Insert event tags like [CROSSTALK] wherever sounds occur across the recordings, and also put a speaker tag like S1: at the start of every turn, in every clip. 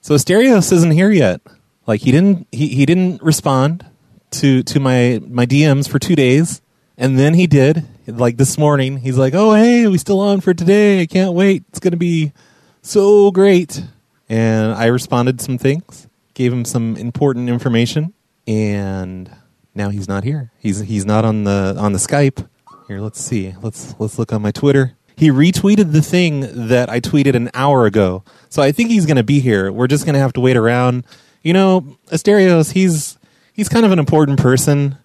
S1: So Asterios isn't here yet. Like he didn't he, he didn't respond to to my my DMs for two days, and then he did. Like this morning, he's like, "Oh hey, we still on for today? I can't wait. It's gonna be so great." And I responded some things, gave him some important information, and now he's not here. He's he's not on the on the Skype. Here, let's see. Let's let's look on my Twitter. He retweeted the thing that I tweeted an hour ago. So I think he's going to be here. We're just going to have to wait around. You know, Asterios, he's he's kind of an important person.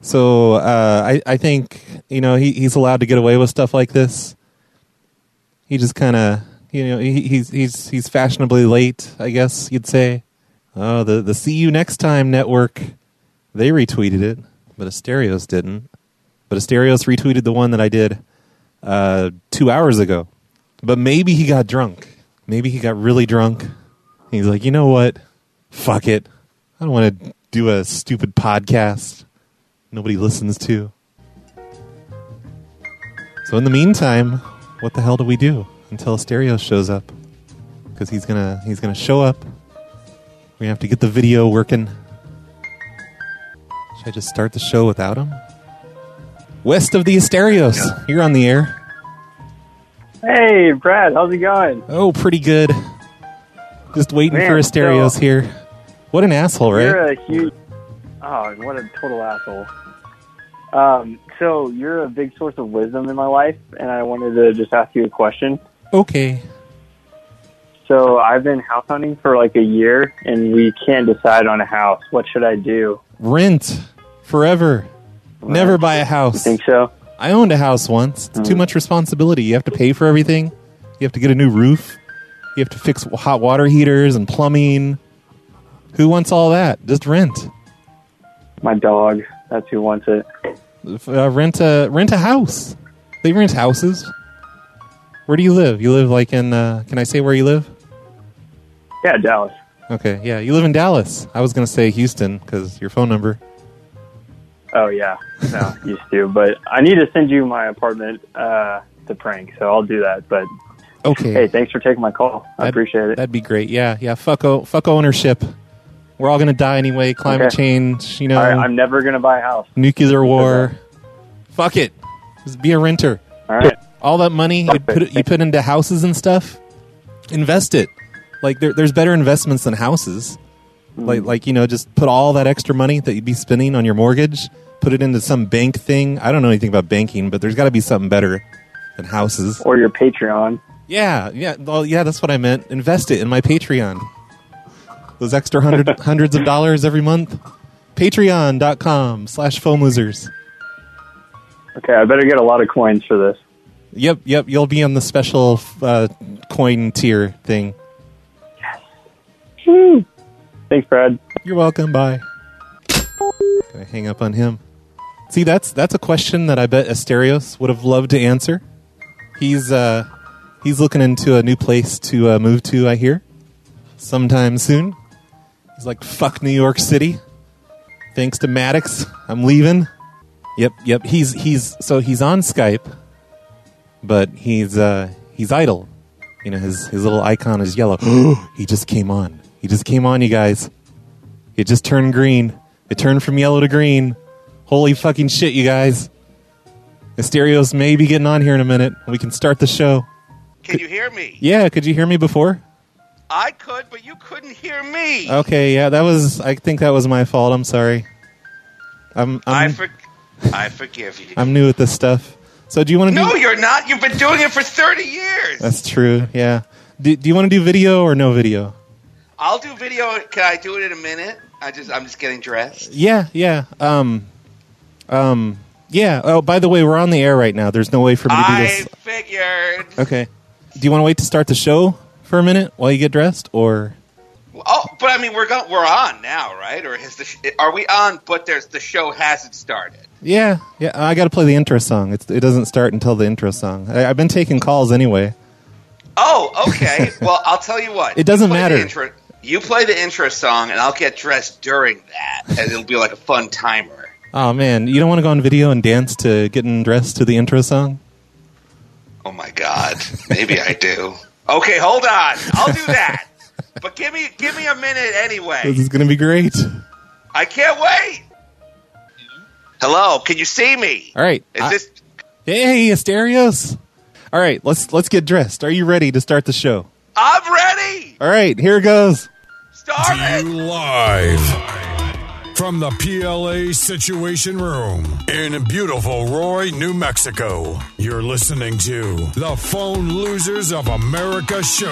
S1: So uh, I I think you know he, he's allowed to get away with stuff like this. He just kind of you know he, he's he's he's fashionably late, I guess you'd say. Oh, the the see you next time network, they retweeted it, but Asterios didn't. But Asterios retweeted the one that I did uh, two hours ago. But maybe he got drunk. Maybe he got really drunk. He's like, you know what? Fuck it. I don't want to do a stupid podcast nobody listens to. So in the meantime, what the hell do we do until Asterios shows up? Because he's gonna he's gonna show up. We have to get the video working. Should I just start the show without him? West of the Asterios, you're on the air.
S2: Hey, Brad, how's it going?
S1: Oh, pretty good. Just waiting
S2: Man,
S1: for Asterios
S2: so-
S1: here. What an asshole, right?
S2: You're a huge. Oh, what a total asshole. Um, so you're a big source of wisdom in my life, and I wanted to just ask you a question.
S1: okay.
S2: So I've been house hunting for like a year, and we can't decide on a house. What should I do?
S1: Rent forever. Never buy a house.
S2: Think so? Mm-hmm.
S1: I owned a house once. It's too much responsibility. You have to pay for everything. You have to get a new roof. You have to fix w- hot water heaters and plumbing. Who wants all that? Just rent.
S2: My dog. That's who wants it.
S1: F- Uh, rent a rent a house. They rent houses. Where do you live? You live like in? Uh, can I say where you live?
S2: Yeah, Dallas.
S1: Okay, yeah, you live in Dallas. I was gonna say Houston because your phone number.
S2: Oh yeah, no, [LAUGHS] used to. But I need to send you my apartment uh, to prank, so I'll do that. But
S1: Okay,
S2: hey, thanks for taking my call. I appreciate it.
S1: that'd be great. Yeah, yeah. Fuck, o- fuck ownership. We're all gonna die anyway. Climate
S2: Okay.
S1: change, you know,
S2: All right, I'm never gonna buy a house.
S1: nuclear war. Fuck it. Just be a renter.
S2: All right.
S1: All that money you put you put into houses and stuff, invest it. Like there, there's better investments than houses.
S2: Hmm.
S1: Like like you know, just put all that extra money that you'd be spending on your mortgage, put it into some bank thing. I don't know anything about banking, but there's got to be something better than houses.
S2: or your Patreon.
S1: Yeah, yeah, well, yeah. That's what I meant. Invest it in my Patreon. Those extra hundred, [LAUGHS] hundreds of dollars every month. Patreon.com slash foam losers.
S2: Okay, I better get a lot of coins for this.
S1: Yep, yep. You'll be on the special uh, coin tier thing.
S2: Thanks, Brad.
S1: You're welcome. Bye. Gonna hang up on him. See, that's that's a question that I bet Asterios would have loved to answer. He's uh, he's looking into a new place to uh, move to. I hear, sometime soon. He's like, "Fuck New York City." Thanks to Maddox, I'm leaving. Yep, yep. He's he's so he's on Skype, but he's uh, he's idle. You know, his his little icon is yellow. he just came on. He just came on, you guys. It just turned green. It turned from yellow to green. Holy fucking shit, you guys. Asterios may be getting on here in a minute. We can start the show.
S3: Can you hear me?
S1: Yeah, could you hear me before?
S3: I could, but you couldn't hear me.
S1: Okay, yeah, that was I think that was my fault. I'm sorry. I'm
S3: I
S1: I'm,
S3: for- I forgive you.
S1: I'm new at this stuff. So do you want to
S3: no,
S1: do
S3: you're not. You've been doing it for 30 years.
S1: That's true. Yeah. Do, do you want to do video or no video?
S3: I'll do video. Can I do it in a minute? I just I'm just getting dressed.
S1: Yeah, yeah. Um um yeah. Oh, by the way, we're on the air right now. There's no way for me to do
S3: I
S1: this
S3: figured.
S1: Okay. Do you want to wait to start the show for a minute while you get dressed, or
S3: Oh, but I mean we're go- we're on now, right? Or is the sh- are we on? But there's the show hasn't started.
S1: yeah, yeah? I got to play the intro song. It's, it doesn't start until the intro song. I, I've been taking calls anyway.
S3: Oh,
S1: [LAUGHS]
S3: okay. well, I'll tell you what.
S1: It doesn't
S3: You play the
S1: matter.
S3: intro- you play the intro song, and I'll get dressed during that, and it'll be like a fun timer.
S1: Oh man, you don't want to go on video and dance to getting dressed to the intro song?
S3: Oh my god. Maybe I do. Okay, hold on. I'll do that. But give me give me a minute anyway.
S1: This is going to be great.
S3: I can't wait. Hello, can you see me?
S1: All right.
S3: Is
S1: I-
S3: this
S1: hey, Asterios. All right, let's let's get dressed. Are you ready to start the show?
S3: I'm ready.
S1: All right, here goes.
S3: Start
S4: you
S3: it.
S4: live from the PLA Situation Room in beautiful Roy, New Mexico. You're listening to the Phone Losers of America show.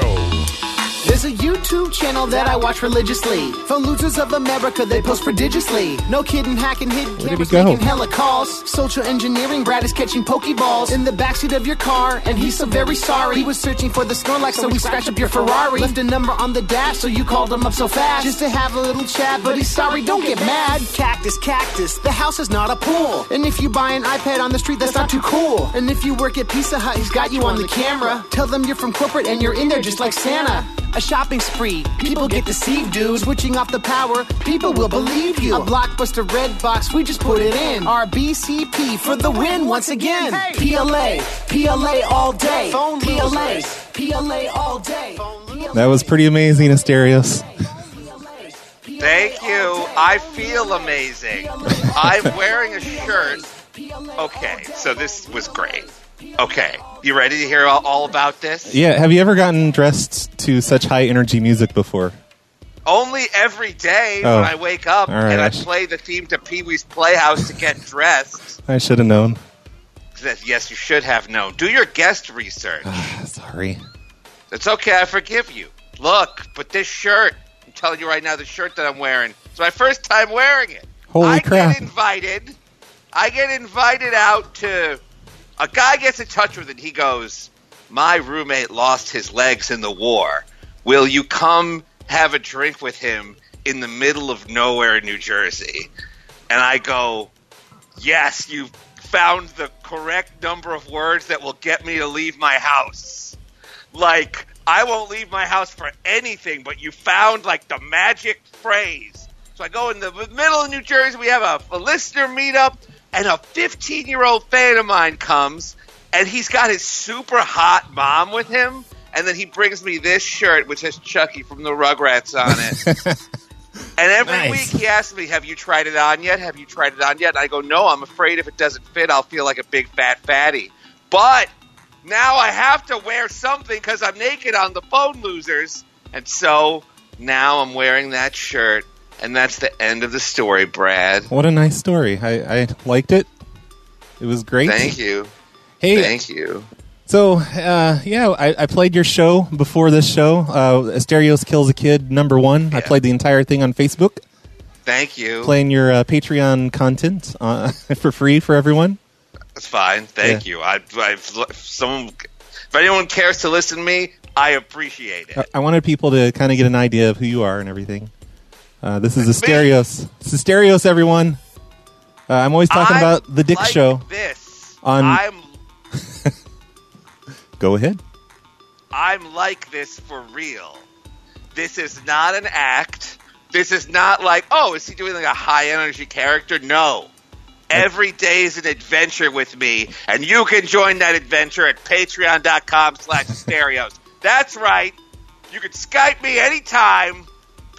S5: There's a YouTube channel that I watch religiously. Phone losers of America, they post prodigiously. No kidding, hacking, hidden
S1: did
S5: cameras,
S1: he go?
S5: making hella calls. Social engineering, Brad is catching pokeballs in the backseat of your car, and he's so very sorry. He was searching for the Snorlax, so we scratched up your Ferrari. Left a number on the dash, so you called him up so fast just to have a little chat. But he's sorry, don't get mad. Cactus, cactus, the house is not a pool. And if you buy an iPad on the street, that's not too cool. And if you work at Pizza Hut, he's got you on the camera. Tell them you're from corporate and you're in there just like Santa. A shopping spree. People get deceived, dude. Switching off the power, people will believe you. A blockbuster red box, we just put it in. Our BCP for the win once again. PLA, PLA all day. Phone PLA, PLA all day.
S1: That was pretty amazing, Asterios.
S3: Thank you. I feel amazing. I'm wearing a shirt. Okay, so this was great. Okay, you ready to hear all, all about this?
S1: Yeah, have you ever gotten dressed to such high energy music before?
S3: Only every day
S1: Oh.
S3: when I wake up
S1: All right,
S3: and I
S1: I sh-
S3: play the theme to Pee Wee's Playhouse to get dressed.
S1: I should have known.
S3: That- Yes, you should have known. Do your guest
S1: [SIGHS]
S3: research.
S1: Sorry.
S3: It's okay, I forgive you. Look, but this shirt, I'm telling you right now, the shirt that I'm wearing, it's my first time wearing it.
S1: Holy
S3: I
S1: crap.
S3: get invited. I get invited out to. A guy gets in touch with it. He goes, My roommate lost his legs in the war. Will you come have a drink with him in the middle of nowhere, New Jersey? And I go, Yes, you found the correct number of words that will get me to leave my house like I won't leave my house for anything, but you found like the magic phrase. So I go in the middle of New Jersey. We have a, a listener meetup, and a 15 year old fan of mine comes, and he's got his super hot mom with him, and then he brings me this shirt which has Chucky from the Rugrats on it. And every
S1: Nice.
S3: week he asks me, "Have you tried it on yet? Have you tried it on yet?" And I go, "No, I'm afraid if it doesn't fit, I'll feel like a big fat fatty." But now I have to wear something because I'm naked on the phone losers. And so now I'm wearing that shirt. And that's the end of the story, Brad.
S1: What a nice story. I, I liked it. It was great.
S3: Thank you.
S1: Hey,
S3: Thank you.
S1: So uh, yeah, I, I played your show before this show. Uh, Asterios kills a kid number one. I
S3: Yeah.
S1: played the entire thing on Facebook,
S3: Thank you.
S1: playing your uh, Patreon content uh, [LAUGHS] for free for everyone.
S3: That's fine. Thank you. I, I've, if someone, if anyone cares to listen to me, I appreciate it.
S1: Uh, I, I wanted people to kind of get an idea of who you are and everything. Uh, this is Asterios. It's Asterios, everyone. Uh, I'm always talking
S3: I
S1: about the Dick
S3: like
S1: Show.
S3: This.
S1: on-
S3: I'm
S1: [LAUGHS] Go ahead.
S3: I'm like this for real. This is not an act. This is not like, oh, is he doing like a high energy character? No. Every day is an adventure with me, and you can join that adventure at patreon.com slash stereos. That's right. You can Skype me anytime.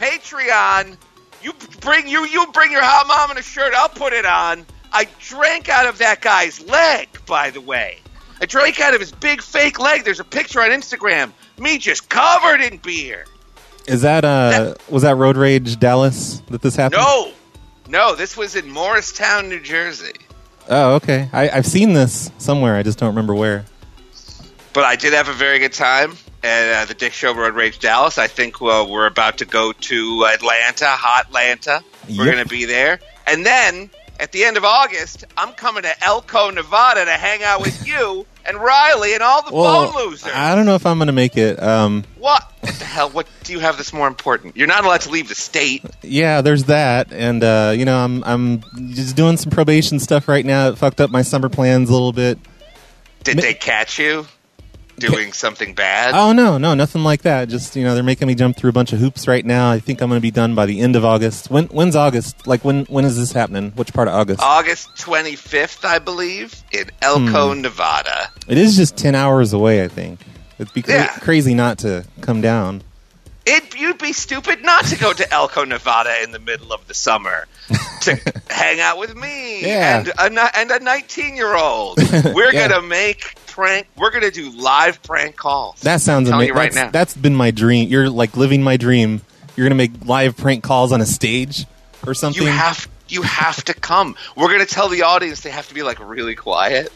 S3: Patreon. You bring you you bring your hot mom in a shirt, I'll put it on. I drank out of that guy's leg, by the way. I drank out of his big fake leg. There's a picture on Instagram. Me just covered in beer.
S1: Is that uh, was that Road Rage Dallas that this happened?
S3: No. No, this was in Morristown, New Jersey.
S1: Oh, okay. I, I've seen this somewhere. I just don't remember where.
S3: But I did have a very good time at uh, the Dick Show Road Rage Dallas. I think uh, we're about to go to Atlanta, Hot Atlanta. We're
S1: Yep.
S3: going to be there. And then at the end of August, I'm coming to Elko, Nevada to hang out with
S1: [LAUGHS]
S3: you and Riley and all the phone losers.
S1: I don't know if I'm going to make it. Um,
S3: what? what the hell? What do you have that's more important? You're not allowed to leave the state.
S1: yeah, there's that, and uh, you know, I'm I'm just doing some probation stuff right now. It fucked up my summer plans a little bit.
S3: Did
S1: Ma-
S3: they catch you doing something bad?
S1: Oh no, no, nothing like that. Just you know, they're making me jump through a bunch of hoops right now. I think I'm going to be done by the end of August. When when's August? Like when when is this happening? Which part of August?
S3: August 25th, I believe, in Elko,
S1: Hmm.
S3: Nevada.
S1: it is just ten hours away. I think it'd be cra-
S3: Yeah.
S1: crazy not to come down.
S3: It you'd be stupid not to go to Elko, Nevada in the middle of the summer to
S1: [LAUGHS]
S3: hang out with me
S1: Yeah.
S3: and a ni- and a 19-year-old.
S1: [LAUGHS]
S3: We're
S1: Yeah.
S3: going to make prank we're going to do live prank calls.
S1: That sounds
S3: I'm telling
S1: amazing.
S3: you right
S1: that's,
S3: now.
S1: that's been my dream. You're like living my dream. You're gonna make live prank calls on a stage or something.
S3: you have you have to come. We're going to tell the audience they have to be like
S1: [LAUGHS]
S3: really quiet.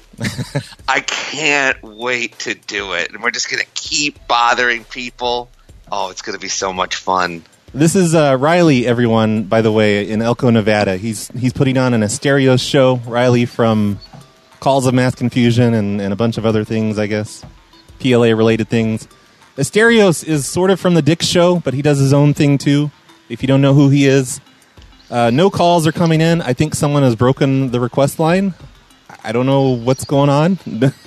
S3: I can't wait to do it. And we're just going to keep bothering people. Oh, it's going to be so much fun.
S1: this is uh, Riley, everyone. By the way, in Elko, Nevada, he's he's putting on an Asterios show. Riley from Calls of Mass Confusion and, and a bunch of other things, I guess, PLA related things. Asterios is sort of from the Dick Show, but he does his own thing too. If you don't know who he is, uh, no calls are coming in. I think someone has broken the request line. I don't know what's going on.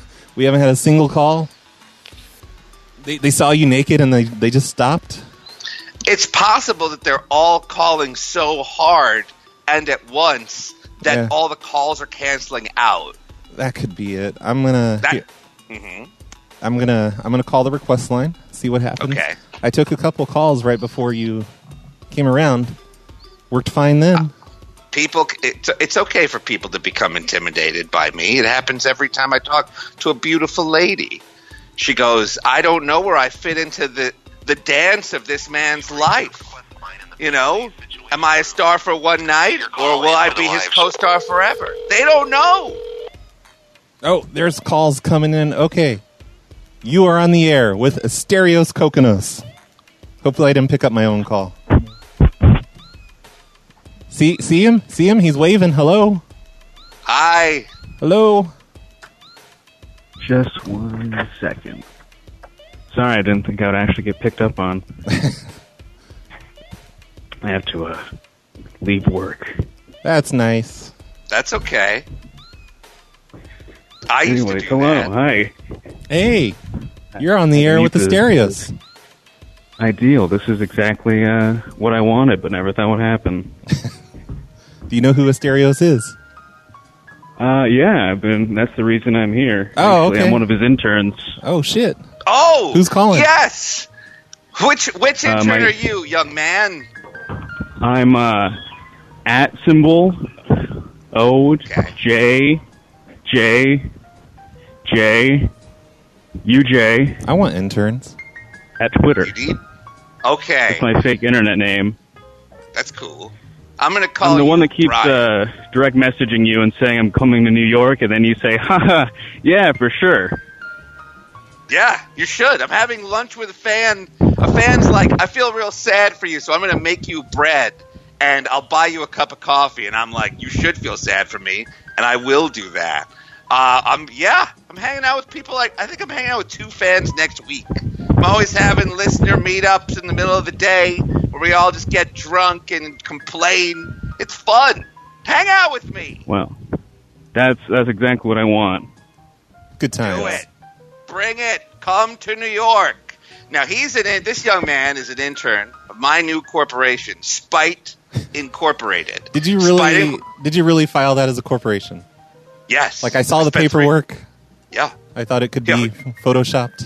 S1: [LAUGHS] we haven't had a single call. They, they saw you naked and they, they just stopped.
S3: it's possible that they're all calling so hard and at once that
S1: Yeah.
S3: all the calls are canceling out. Mm-hmm.
S1: That could be it. I'm gonna.
S3: That-
S1: here. I'm gonna. I'm gonna call the request line. See what happens.
S3: Okay.
S1: I took a couple calls right before you came around. Worked fine then.
S3: People, it's, it's okay for people to become intimidated by me. It happens every time I talk to a beautiful lady. She goes, "I don't know where I fit into the the dance of this man's life." You know, am I a star for one night, or will I be his co-star forever? They don't know.
S1: oh, there's calls coming in. Okay. You are on the air with Asterios Coconos. Hopefully, I didn't pick up my own call. See, see him? See him? He's waving. Hello.
S3: I
S1: Hello.
S6: Just one second. Sorry, I didn't think I would actually get picked up on. I have to uh, leave work.
S1: That's nice.
S3: That's okay. I used
S6: Anyways,
S3: to do
S6: hello,
S3: that.
S6: hi.
S1: Hey, you're on the air with
S6: Beneath
S1: Asterios.
S6: Ideal. This is exactly uh, what I wanted, but never thought would happen.
S1: [LAUGHS] Do you know who Asterios is?
S6: Uh, yeah, I've been. That's the reason I'm here.
S1: Oh,
S6: Actually,
S1: okay.
S6: I'm one of his interns.
S1: Oh shit!
S3: Oh,
S1: Who's calling?
S3: Yes. Which which
S6: Uh,
S3: intern
S6: my-
S3: are you, young man?
S6: I'm uh, at symbol O
S3: Okay.
S6: J J J U J
S1: I want interns.
S6: at Twitter.
S3: You need? Okay,
S6: That's my fake internet name.
S3: that's cool. I'm gonna call
S6: I'm the
S3: you
S6: one that keeps
S3: Brian.
S6: uh, direct messaging you and saying I'm coming to New York, and then you say, haha, yeah, for sure.
S3: Yeah, you should. I'm having lunch with a fan. A fan's like, I feel real sad for you, so I'm gonna make you bread and I'll buy you a cup of coffee. And I'm like, you should feel sad for me, and I will do that. Uh, I'm yeah, I'm hanging out with people like I think I'm hanging out with two fans next week. I'm always having listener meetups in the middle of the day where we all just get drunk and complain. It's fun. Hang out with me.
S6: Well, that's that's exactly what I want.
S1: Good times.
S3: Do it. Bring it. Come to New York. Now he's an this young man is an intern of my new corporation, Spite Incorporated.
S1: Did you
S3: Spite
S1: really?
S3: Inc-
S1: Did you really file that as a corporation?
S3: yes.
S1: Like I saw the
S3: spent three-
S1: paperwork.
S3: yeah.
S1: I thought it could
S3: Yeah,
S1: be photoshopped.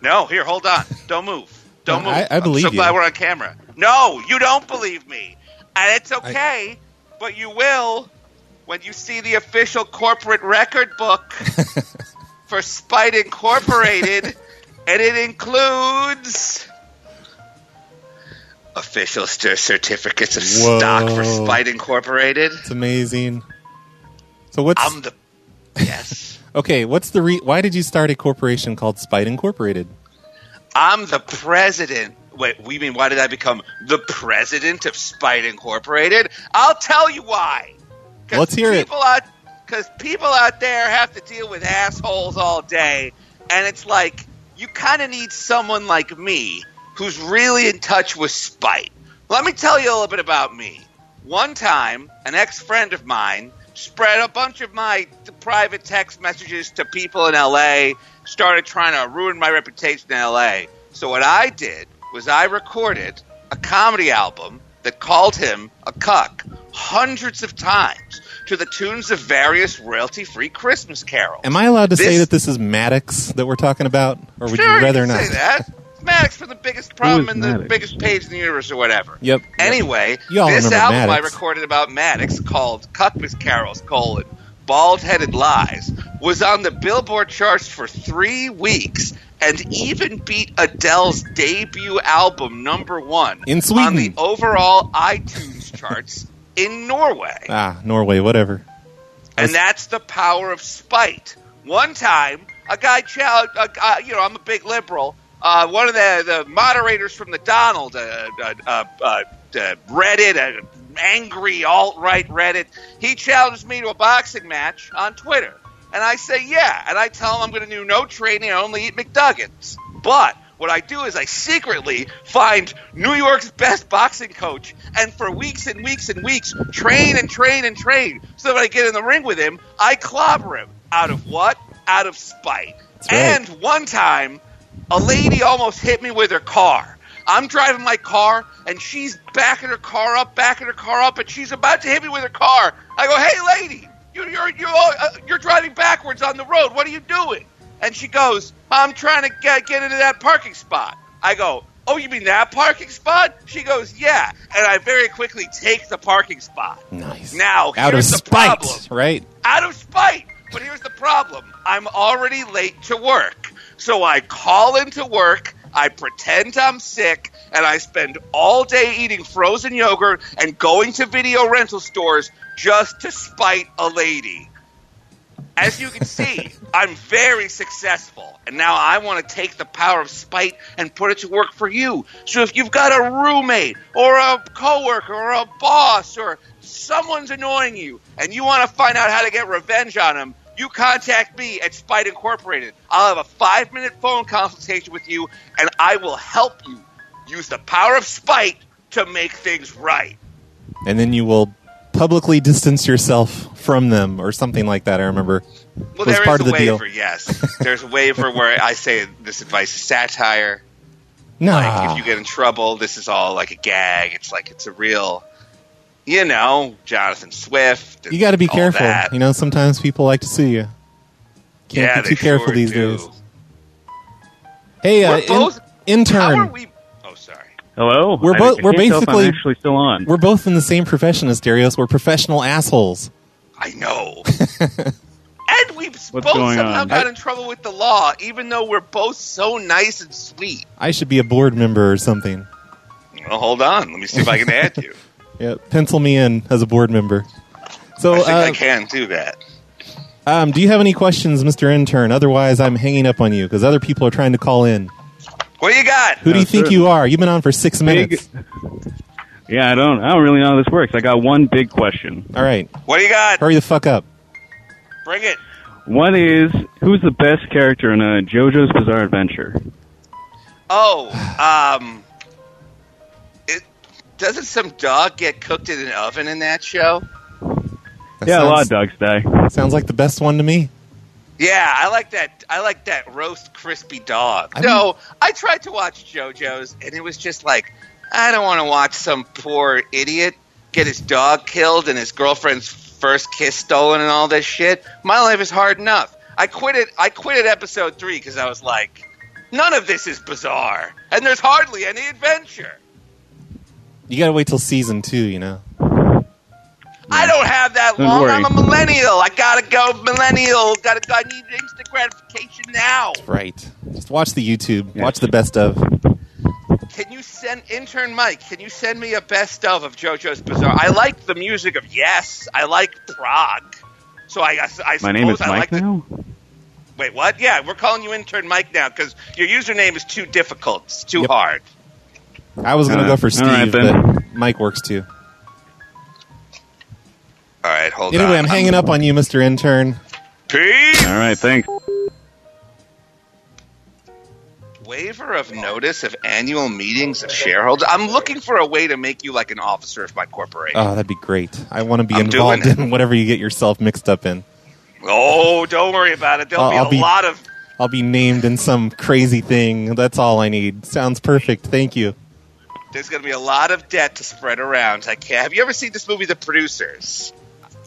S3: No, here, hold on. Don't move. Don't
S1: No,
S3: move.
S1: I- I believe
S3: am so glad
S1: you.
S3: we're on camera. No, you don't believe me, and it's okay. but you will when you see the official corporate record
S1: [LAUGHS]
S3: book for Spite Incorporated, and it includes official cer- certificates of
S1: Whoa.
S3: stock for Spite Incorporated.
S1: It's amazing. So what's
S3: I'm the yes.
S1: [LAUGHS] okay? What's the re- why did you start a corporation called Spite Incorporated?
S3: I'm the president. Wait, we mean why did I become the president of Spite Incorporated? I'll tell you why.
S1: Let's hear it.
S3: people Out, Because people out there have to deal with assholes all day, and it's like you kind of need someone like me who's really in touch with spite. Let me tell you a little bit about me. One time, an ex friend of mine spread a bunch of my t- private text messages to people in LA, started trying to ruin my reputation in LA. So, what I did was I recorded a comedy album that called him a cuck hundreds of times to the tunes of various royalty free Christmas carols.
S1: Am I allowed to say
S3: This-
S1: that this is Maddox that we're talking about, or would
S3: Sure,
S1: you rather
S3: can
S1: not?
S3: Say that. Maddox for the biggest problem
S6: is
S3: and the
S6: Maddox?
S3: biggest page in the universe or whatever.
S1: Yep.
S3: Anyway,
S1: Y'all
S3: this
S1: remember
S3: album I
S1: Maddox.
S3: recorded about Maddox called Cuckmas Carols colon Bald Headed Lies was on the Billboard charts for three weeks and even beat Adele's debut album number one
S1: In Sweden.
S3: on the overall iTunes charts in Norway.
S1: Ah, Norway, whatever.
S3: And that's the power of spite. One time, a guy challenged, a guy, you know, I'm a big liberal. Uh, one of the, the moderators from the Donald, uh, uh, uh, uh, uh, Reddit, uh, angry alt right Reddit, he challenged me to a boxing match on Twitter. And I say, yeah. And I tell him I'm going to do no training, I only eat McDuggets. But what I do is I secretly find New York's best boxing coach and for weeks and weeks and weeks train and train and train so that when I get in the ring with him, I clobber him. Out of what? Out of spite.
S1: right.
S3: And one time, a lady almost hit me with her car. I'm driving my car and she's backing her car up, backing her car up, and she's about to hit me with her car. I go, hey, lady, you, you're, you're, uh, you're driving backwards on the road. What are you doing? And she goes, I'm trying to get, get into that parking spot. I go, oh, you mean that parking spot? She goes, yeah. And I very quickly take the parking spot.
S1: Nice.
S3: Now,
S1: out of
S3: Oh, here's the
S1: spite,
S3: problem
S1: right?
S3: out of spite. But here's the problem I'm already late to work. So I call into work, I pretend I'm sick, and I spend all day eating frozen yogurt and going to video rental stores just to spite a lady. As you can see, I'm very successful. And now I want to take the power of spite and put it to work for you. So if you've got a roommate or a coworker or a boss or someone's annoying you and you want to find out how to get revenge on them, you contact me at Spite Incorporated. I'll have a five minute phone consultation with you and I will help you use the power of spite to make things right.
S1: And then you will publicly distance yourself from them or something like that. I remember.
S3: Well,
S1: was
S3: there is
S1: part
S3: a
S1: of the deal.
S3: waiver, yes. There's a waiver where I say this advice is satire.
S1: Nah.
S3: Like if you get in trouble, this is all like a gag. It's like it's a real, you know, Jonathan Swift. and
S1: You got to be
S3: all
S1: careful.
S3: that.
S1: You know, sometimes people like to sue you. Can't
S3: yeah,
S1: be
S3: they
S1: too careful
S3: sure
S1: these
S3: do.
S1: days. Hey, uh,
S3: We're
S1: in-
S3: both- How are
S1: intern,
S3: we? Oh, sorry.
S6: Hello.
S1: We're
S6: I-
S1: both-
S6: I
S1: we're
S6: can't tell if I'm
S1: basically-
S6: actually still on.
S1: we're both in the same profession as Darius. We're professional assholes.
S3: I know. and we both
S6: going
S3: somehow
S6: on?
S3: got in trouble with the law, even though we're both so nice and sweet.
S1: I should be a board member or something.
S3: Well, hold on. Let me see if I can add you.
S1: Yeah, pencil me in as a board member. So,
S3: I think I
S1: uh,
S3: can do that.
S1: um, do you have any questions, Mister Intern? Otherwise, I'm hanging up on you because other people are trying to call in.
S3: What do you got?
S1: Who do
S6: No,
S1: you think
S6: sir.
S1: you are? You've been on for six
S6: Big-
S1: minutes.
S6: Yeah, I don't. I don't really know how this works. I got one big question.
S1: All right,
S3: What do you got?
S1: hurry the fuck up.
S3: Bring it. [LAUGHS]
S6: What is who's the best character in a JoJo's Bizarre Adventure?
S3: Oh, um, it doesn't some dog get cooked in an oven in that show?
S1: That
S6: yeah,
S1: sounds,
S6: a lot of dogs die.
S1: Sounds like the best one to me.
S3: Yeah, I like that. I like that roast crispy dog.
S1: I
S3: no, I tried to watch JoJo's, and it was just like I don't want to watch some poor idiot get his dog killed and his girlfriend's first kiss stolen and all this shit. My life is hard enough. I quit it. I quit at episode three because I was like, none of this is bizarre, and there's hardly any adventure.
S1: You gotta wait till season two. You know.
S3: I don't have that
S6: Don't
S3: long.
S6: worry.
S3: I'm a millennial. I gotta go millennial. Gotta go. I need instant gratification now.
S1: Right. Just watch the YouTube.
S6: Yes.
S1: Watch the best of.
S3: Can you send intern Mike? Can you send me a best of of JoJo's Bizarre? I like the music of Yes. I like Prague. So I, I, I
S6: My name is
S3: suppose I
S6: Mike
S3: like the-
S6: now.
S3: wait, what? Yeah, we're calling you intern Mike now because your username is too difficult. It's too
S1: Yep.
S3: hard.
S1: I was gonna
S6: Uh,
S1: go for Steve,
S6: all right, then.
S1: but Mike works too.
S3: All right, hold on.
S1: Anyway, I'm hanging up on you, Mister Intern.
S3: Peace.
S6: All right, thanks.
S3: Waiver of notice of annual meetings of shareholders. I'm looking for a way to make you like an officer of my corporation.
S1: Oh, that'd be great. I want to be
S3: I'm doing
S1: involved in whatever you get yourself mixed up in.
S3: Oh, don't worry about it. There'll
S1: I'll-
S3: be
S1: I'll
S3: a
S1: be-
S3: lot of.
S1: I'll be named in some crazy thing. That's all I need. Sounds perfect. Thank you.
S3: There's going to be a lot of debt to spread around. I can't. Have you ever seen this movie, The Producers?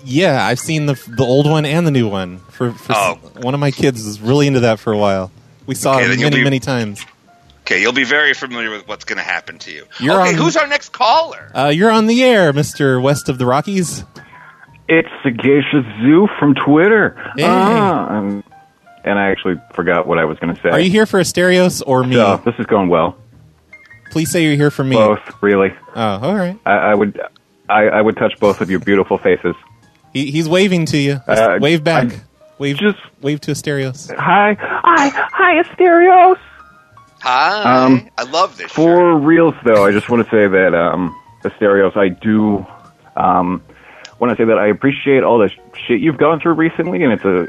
S1: Yeah, I've seen the the old one and the new one. For, for
S3: Oh.
S1: one of my kids was really into that for a while. We saw
S3: Okay,
S1: it
S3: then you'll
S1: many
S3: be-
S1: many times.
S3: Okay, you'll be very familiar with what's going to happen to you.
S1: You're
S3: okay,
S1: on-
S3: who's our next caller?
S1: Uh, you're on the air, Mister West of the Rockies.
S7: It's Sagacious Zoo from Twitter.
S1: Hey.
S7: Ah, um, and I actually forgot what I was going to say.
S1: Are you here for Asterios or me?
S7: So, this is going well.
S1: Please say you're here for me.
S7: Both, really.
S1: Oh, all right.
S7: I, I would, I, I would touch both of your beautiful faces.
S1: He, he's waving to you. Just
S7: Uh,
S1: wave back. wave
S7: just-
S1: wave to Asterios.
S7: Hi, hi, hi, Asterios.
S3: Hi.
S7: Um,
S3: I love this shirt.
S7: For reals, though, I just want to say that um, Asterios, I do um, want to say that I appreciate all the sh- shit you've gone through recently, and it's
S3: [LAUGHS]
S7: a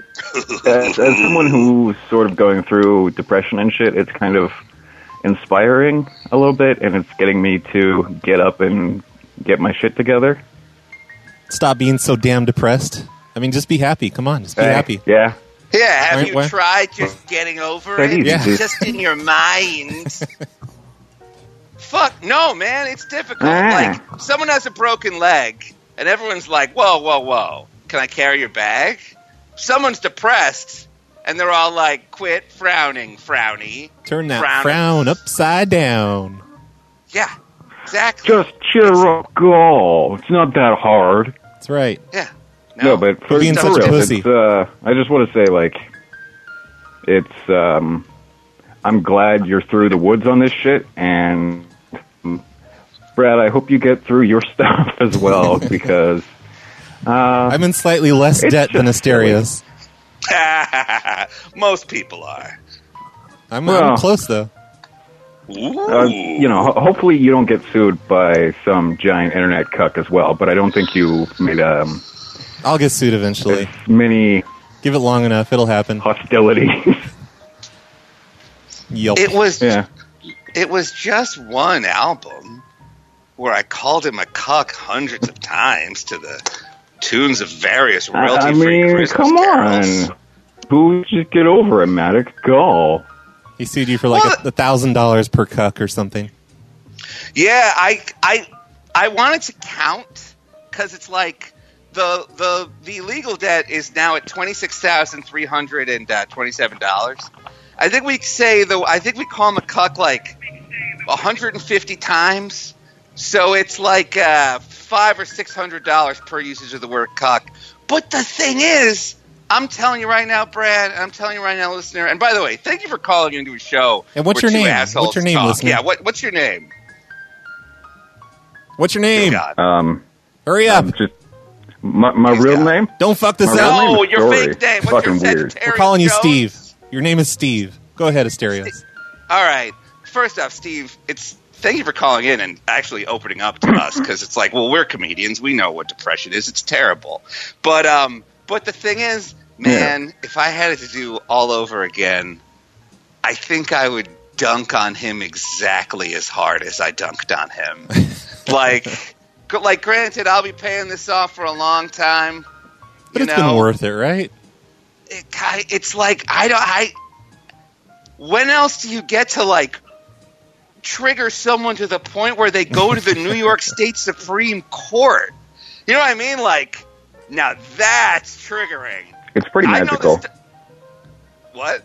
S7: as, as someone who's sort of going through depression and shit, it's kind of inspiring a little bit, and it's getting me to get up and get my shit together.
S1: Stop being so damn depressed. I mean, just be happy. Come on, just be
S7: Hey,
S1: happy.
S7: Yeah.
S3: Yeah, have
S1: Wait,
S3: you
S1: what?
S3: tried just getting over
S7: That
S3: it?
S7: easy,
S1: Yeah.
S7: dude.
S3: Just in your mind.
S1: [LAUGHS]
S3: Fuck no, man, it's difficult.
S7: Ah.
S3: Like someone has a broken leg, and everyone's like, "Whoa, whoa, whoa! Can I carry your bag?" Someone's depressed, and they're all like, "Quit frowning, frowny."
S1: Turn that
S3: Frown.
S1: frown upside down.
S3: Yeah, exactly.
S7: Just cheer up, go. It's not that hard.
S1: That's right.
S3: yeah.
S7: No, but for,
S1: being
S7: for
S1: such a
S7: real,
S1: pussy.
S7: It's, uh, I just want to say, like, it's. Um, I'm glad you're through the woods on this shit, and um, Brad, I hope you get through your [LAUGHS] stuff as well because uh,
S1: I'm in slightly less
S7: It's
S1: debt than
S7: just
S1: Asterios.
S3: most people are.
S1: I'm, I'm
S7: Well.
S1: close though.
S3: Ooh.
S7: uh, you know, ho- hopefully you don't get sued by some giant internet cuck as well. But I don't think you made um,
S1: I'll get sued eventually.
S7: many
S1: Give it long enough, it'll happen. [LAUGHS]
S7: hostilities.
S1: Yelp.
S3: it was
S7: yeah,
S3: it was just one album where I called him a cuck hundreds of times to the tunes of various
S7: I- I
S3: royalty-free
S7: mean,
S3: Christmas
S7: come
S3: carols.
S7: on. Who just get over it, Maddox? Go.
S1: he sued you for like
S3: Well,
S1: a thousand dollars per cuck or something.
S3: Yeah, I I I wanted to count because it's like the the the legal debt is now at twenty six thousand three hundred and twenty seven dollars. I think we say though. I think we call him a cuck like hundred and fifty times. So it's like uh, five or six hundred dollars per usage of the word cuck. But the thing is, I'm telling you right now, Brad. and I'm telling you right now, listener. And by the way, thank you for calling into a show.
S1: And what's
S3: where
S1: your
S3: two
S1: name?
S3: assholes
S1: What's your name,
S3: talk.
S1: listener?
S3: Yeah. What, what's your name?
S1: What's your
S3: Dear
S1: name?
S3: God.
S7: Um,
S1: Hurry up.
S7: just my, my real
S3: got-
S7: name.
S1: Don't fuck this
S7: My real
S1: up.
S7: name
S3: No,
S7: is
S3: your
S7: Dory.
S3: fake name. What's
S7: Fucking
S3: your
S7: weird.
S3: Sagittarius
S1: We're calling you
S3: Jones?
S1: Steve. Your name is Steve. Go ahead, Asterios.
S3: All right. First off, Steve, it's thank you for calling in and actually opening up to us because it's like, well, we're comedians. We know what depression is. It's terrible. But um, but the thing is, man, if I had it to do all over again, I think I would dunk on him exactly as hard as I dunked on him. like, gr- like granted, I'll be paying this off for a long time.
S1: But
S3: it's
S1: it's been worth it, right?
S3: it, ki- it's like I don't I when else do you get to like trigger someone to the point where they go to the New
S1: [LAUGHS]
S3: York State Supreme Court? You know what I mean? Like now that's triggering.
S7: It's pretty
S3: I know
S7: magical.
S3: this th- what?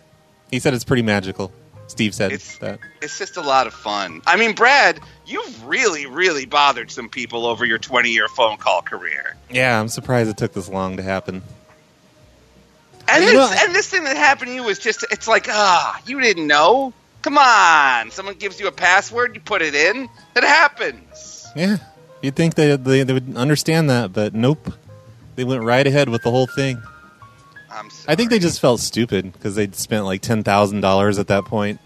S1: He said it's pretty magical. Steve said
S3: It's-
S1: that.
S3: It's just a lot of fun. I mean, Brad, you've really, really bothered some people over your 20 year phone call career.
S1: Yeah, I'm surprised it took this long to happen.
S3: And
S1: You
S3: this,
S1: know-
S3: and this thing that happened to you was just, it's like, ah, you didn't know. Come on. Someone gives you a password, you put it in, it happens.
S1: Yeah, you'd think they, they they would understand that, but nope. They went right ahead with the whole thing.
S3: I'm sorry.
S1: I think they just felt stupid because they'd spent like ten thousand dollars at that point.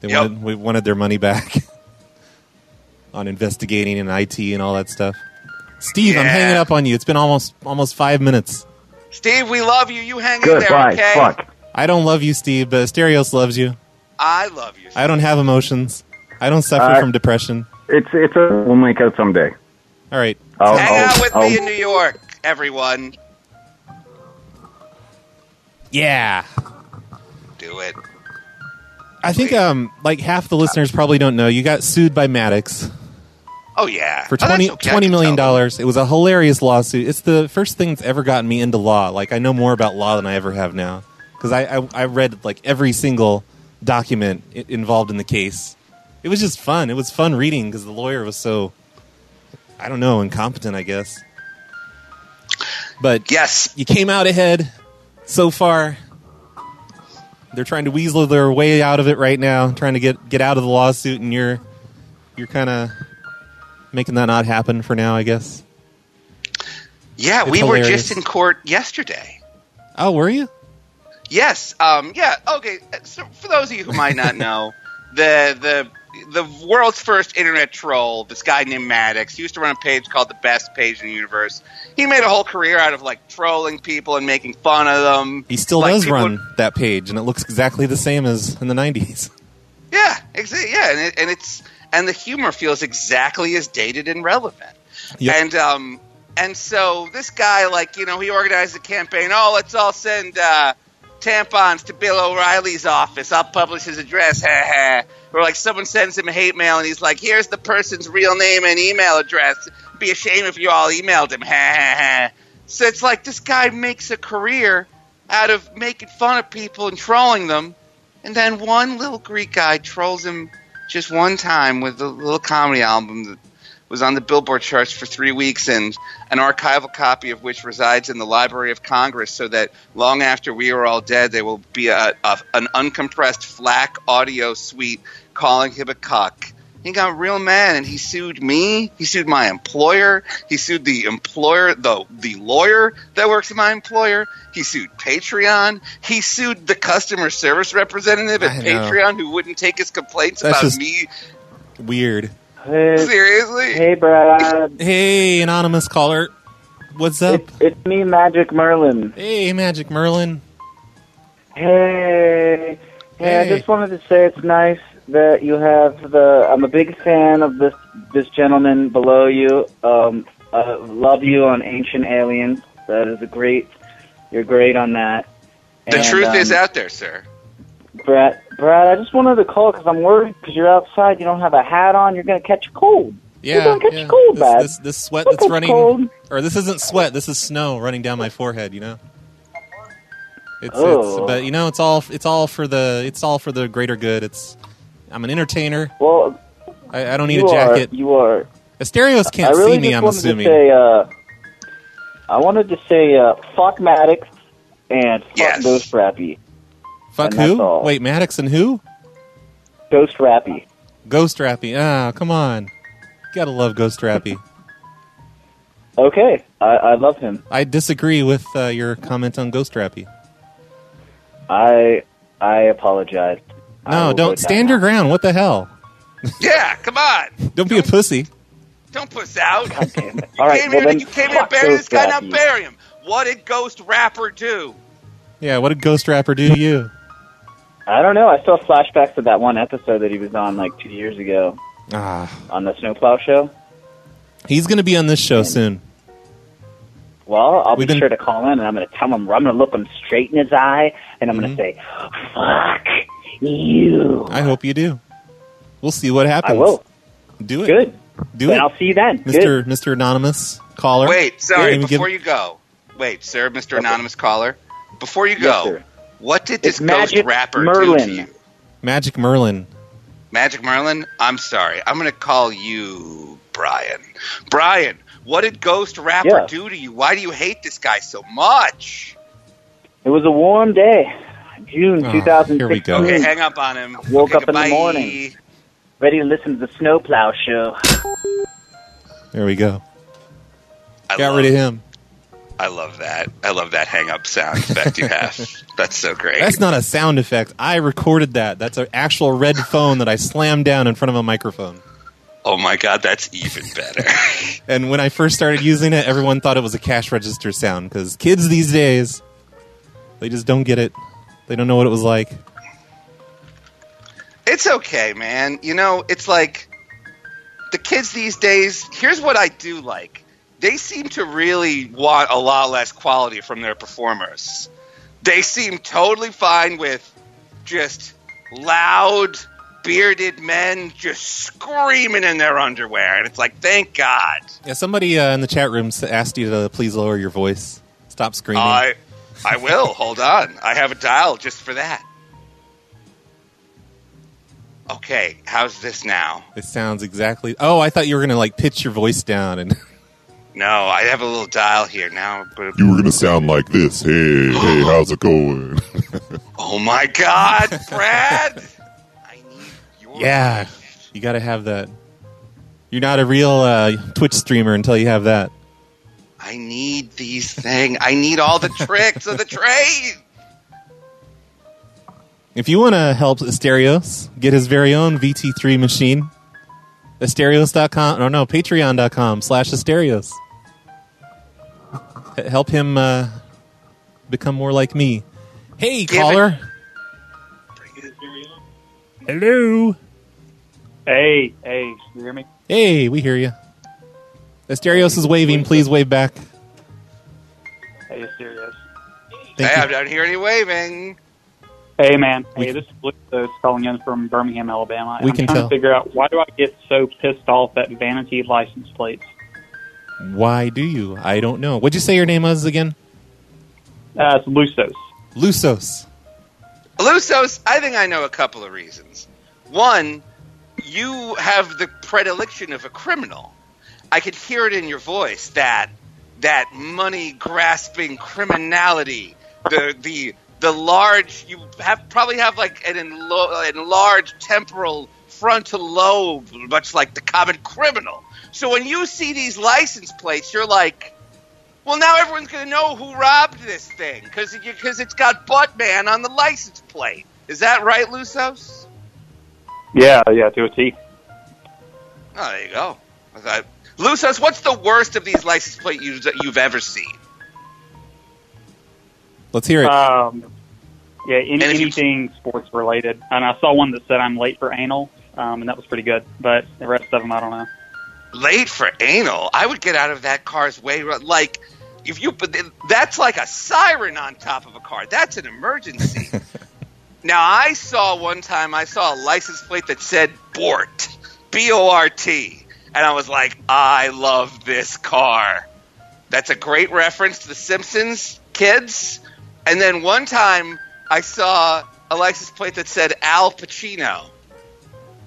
S1: They
S3: Yep.
S1: wanted we wanted their money back [LAUGHS] on investigating and IT and all that stuff. Steve, I'm
S3: Yeah.
S1: hanging up on you. It's been almost almost five minutes.
S3: Steve, we love you. You hang in there,
S7: Goodbye.
S3: okay?
S7: Fuck.
S1: I don't love you, Steve, but Asterios loves you.
S3: I love you.
S1: I don't have emotions. I don't suffer
S7: Uh,
S1: from depression.
S7: It's it's a we'll make out someday.
S1: All right.
S7: I'll,
S3: Hang
S7: I'll,
S3: out with
S7: I'll,
S3: me in New York, everyone.
S1: Yeah.
S3: Do it.
S1: I think um like half the listeners probably don't know you got sued by Maddox
S3: Oh, yeah.
S1: for
S3: Oh, that's
S1: 20,
S3: okay. I
S1: 20
S3: can
S1: million
S3: tell.
S1: dollars. It was a hilarious lawsuit. It's the first thing that's ever gotten me into law. Like I know more about law than I ever have now because I, I I read like every single document i- involved in the case. It was just fun. It was fun reading because the lawyer was so, I don't know, incompetent, I guess. But
S3: Yes.
S1: you came out ahead so far. They're trying to weasel their way out of it right now, trying to get get out of the lawsuit, and you're you're kind of making that not happen for now, I guess.
S3: Yeah,
S1: It's
S3: we were
S1: hilarious.
S3: just in court yesterday.
S1: Oh, were you?
S3: Yes. Um, yeah. Okay. So for those of you who might not know, the the the world's first internet troll, this guy named Maddox, he used to run a page called the Best Page in the Universe. He made a whole career out of like trolling people and making fun of them.
S1: He still
S3: Like,
S1: does
S3: people-
S1: run that page, and it looks exactly the same as in the '90s.
S3: Yeah, exactly. Yeah, and, it, and it's and the humor feels exactly as dated and relevant.
S1: Yep.
S3: And um and so this guy, like you know, he organized a campaign. Oh, let's all send uh, tampons to Bill O'Reilly's office. I'll publish his address. Ha ha. Or like someone sends him hate mail, and he's like, "Here's the person's real name and email address. Be a shame if you all emailed him." Ha ha ha. So it's like this guy makes a career out of making fun of people and trolling them. And then one little Greek guy trolls him just one time with a little comedy album that was on the Billboard charts for three weeks, and an archival copy of which resides in the Library of Congress, so that long after we are all dead, there will be a, a, an uncompressed FLAC audio suite calling him a cuck. He got real mad, and he sued me. He sued my employer. He sued the employer, the the lawyer that works at my employer. He sued Patreon. He sued the customer service representative
S1: I
S3: at
S1: know.
S3: Patreon who wouldn't take his complaints
S1: That's
S3: about
S1: just-
S3: me
S1: [LAUGHS] Weird.
S2: Hey,
S3: seriously.
S2: hey Brad.
S1: Hey, anonymous caller, what's up?
S2: It's, it's me, Magic Merlin.
S1: Hey, Magic Merlin.
S2: Hey. Hey, I
S1: Hey.
S2: just wanted to say it's nice that you have the. I'm a big fan of this this gentleman below you. Um, uh, love you on Ancient Aliens. That is a great. You're great on that.
S3: The
S2: And,
S3: truth
S2: um,
S3: is out there, sir.
S2: Brad. Brad, I just wanted to call because I'm worried because you're outside. You don't have a hat on. You're gonna catch a cold.
S1: Yeah,
S2: gonna catch
S1: yeah.
S2: cold,
S1: this,
S2: Dad.
S1: this this sweat
S2: Look,
S1: that's
S2: it's
S1: running,
S2: cold.
S1: or this isn't sweat. This is snow running down my forehead. You know. It's,
S2: Oh.
S1: it's but you know it's all it's all for the it's all for the greater good. It's I'm an entertainer.
S2: Well,
S1: I, I don't need
S2: you
S1: a
S2: are.
S1: jacket.
S2: You are.
S1: Asterios can't
S2: I really
S1: see me.
S2: just
S1: I'm
S2: wanted
S1: assuming.
S2: To say, uh, I wanted to say uh, fuck Maddox and fuck
S3: Yes.
S2: Ghost Rappy.
S1: Fuck
S2: and that's
S1: who?
S2: all.
S1: Wait, Maddox and who?
S2: Ghost Rappy.
S1: Ghost Rappy. Ah, come on. Gotta love
S2: [LAUGHS]
S1: Ghost Rappy.
S2: Okay, I, I love him.
S1: I disagree with uh, your comment on Ghost Rappy.
S2: I I apologize. I
S1: No,
S2: will go
S1: don't stand your
S2: down.
S1: ground. What the hell?
S3: [LAUGHS] Yeah, come on.
S1: Don't be a pussy.
S3: Don't puss out. You
S2: Damn it. All right,
S3: came
S2: well
S3: here,
S2: then,
S3: you came here to
S2: fuck
S3: bury this
S2: Ghost
S3: guy, now
S2: Rappy.
S3: bury him. What did Ghost Rapper do?
S1: Yeah, what did Ghost Rapper do to you?
S2: I don't know. I saw flashbacks of that one episode that he was on like two years ago
S1: Ah,
S2: on the Snowplow Show.
S1: he's gonna be on this show soon.
S2: Well, I'll
S1: We've
S2: be
S1: been-
S2: sure to call in and I'm going to tell him, I'm going to look him straight in his eye and I'm
S1: Mm-hmm.
S2: going to say, fuck you.
S1: I hope you do. We'll see what happens.
S2: I will.
S1: Do it.
S2: Good.
S1: Do
S2: Then
S1: it,
S2: I'll see you then.
S1: Mister Mister Anonymous caller.
S3: Wait, sorry,
S1: Let me give-
S3: before you go. Wait, sir, Mr. Anonymous Caller. Before you
S2: Yes,
S3: go,
S2: sir.
S3: what did
S2: It's
S3: this Ghost
S2: Magic
S3: Rapper do
S2: Merlin.
S3: to you?
S1: Magic Merlin.
S3: Magic Merlin, I'm sorry. I'm going to call you Brian. Brian, what did Ghost Rapper
S2: Yeah.
S3: do to you? Why do you hate this guy so much?
S2: It was a warm day, June
S1: Ah,
S2: 2016.
S1: here we go.
S3: Okay, hang up on him.
S2: Woke up
S3: Okay,
S2: in the
S3: goodbye.
S2: morning. Ready to listen to the Snowplow Show.
S1: There we go.
S3: I
S1: Got
S3: love
S1: rid of him.
S3: I love that. I love that hang up sound effect you have.
S1: [LAUGHS]
S3: That's so great.
S1: That's not a sound effect. I recorded that. That's an actual red phone that I slammed down in front of a microphone.
S3: oh my god, that's even better. [LAUGHS]
S1: And when I first started using it, everyone thought it was a cash register sound because kids these days, they just don't get it. They don't know what it was like.
S3: it's okay, man. You know, it's like the kids these days, here's what I do like. They seem to really want a lot less quality from their performers. They seem totally fine with just loud bearded men just screaming in their underwear and it's like thank god
S1: Yeah, somebody uh, in the chat room s- asked you to please lower your voice, stop screaming.
S3: I I will. Hold on. I have a dial just for that. Okay, how's this now?
S1: It sounds exactly. Oh, I thought you were gonna like pitch your voice down and [LAUGHS]
S3: No, I have a little dial here now. But
S8: You were gonna sound like this. Hey, hey, how's it going? [LAUGHS]
S3: oh my God, Brad! I need your
S1: yeah, you got to have that. You're not a real uh, Twitch streamer until you have that.
S3: I need these things. I need all the tricks of the trade.
S1: If you want to help Asterios get his very own VT3 machine, Asterios.com, or oh, no, Patreon.com slash Asterios. H- Help him uh, become more like me. Hey,
S3: Give it-
S1: caller. Hello.
S9: Hey, hey, you hear me?
S1: Hey, we hear you. Asterios is waving. Please wave back.
S9: Hey, it's serious.
S1: Thank
S3: hey,
S1: you.
S3: I'm down here any waving.
S9: Hey, man.
S1: We-
S9: Hey, this is Blue Coast calling in from Birmingham, Alabama. and
S1: We
S9: I'm
S1: can
S9: trying
S1: tell.
S9: to figure out why do I get so pissed off at vanity license plates?
S1: Why do you? I don't know. What'd you say your name was again?
S9: Uh, it's Lusos.
S1: Lusos.
S3: Lusos, I think I know a couple of reasons. One, you have the predilection of a criminal. I could hear it in your voice that that money grasping criminality, the the the large you have probably have like an enlo- enlarged temporal frontal lobe, much like the common criminal. So when you see these license plates, you're like, well, now everyone's going to know who robbed this thing because it's got Buttman on the license plate. Is that right, Lusos?
S9: Yeah, yeah, to a T.
S3: Oh, there you go. I thought- Lusos, what's the worst of these license plate you, you've ever seen?
S1: Let's hear it.
S9: Um, yeah, any,
S3: if you-
S9: anything sports related. And I saw one that said I'm late for anal, um, and that was pretty good. But the rest of them, I don't know.
S3: Late for anal. I would get out of that car's way. ru- Like, if you, but then- that's like a siren on top of a car. That's an emergency. now, I saw one time, I saw a license plate that said Bort, B O R T. And I was like, I love this car. That's a great reference to The Simpsons kids. And then one time I saw a license plate that said Al Pacino.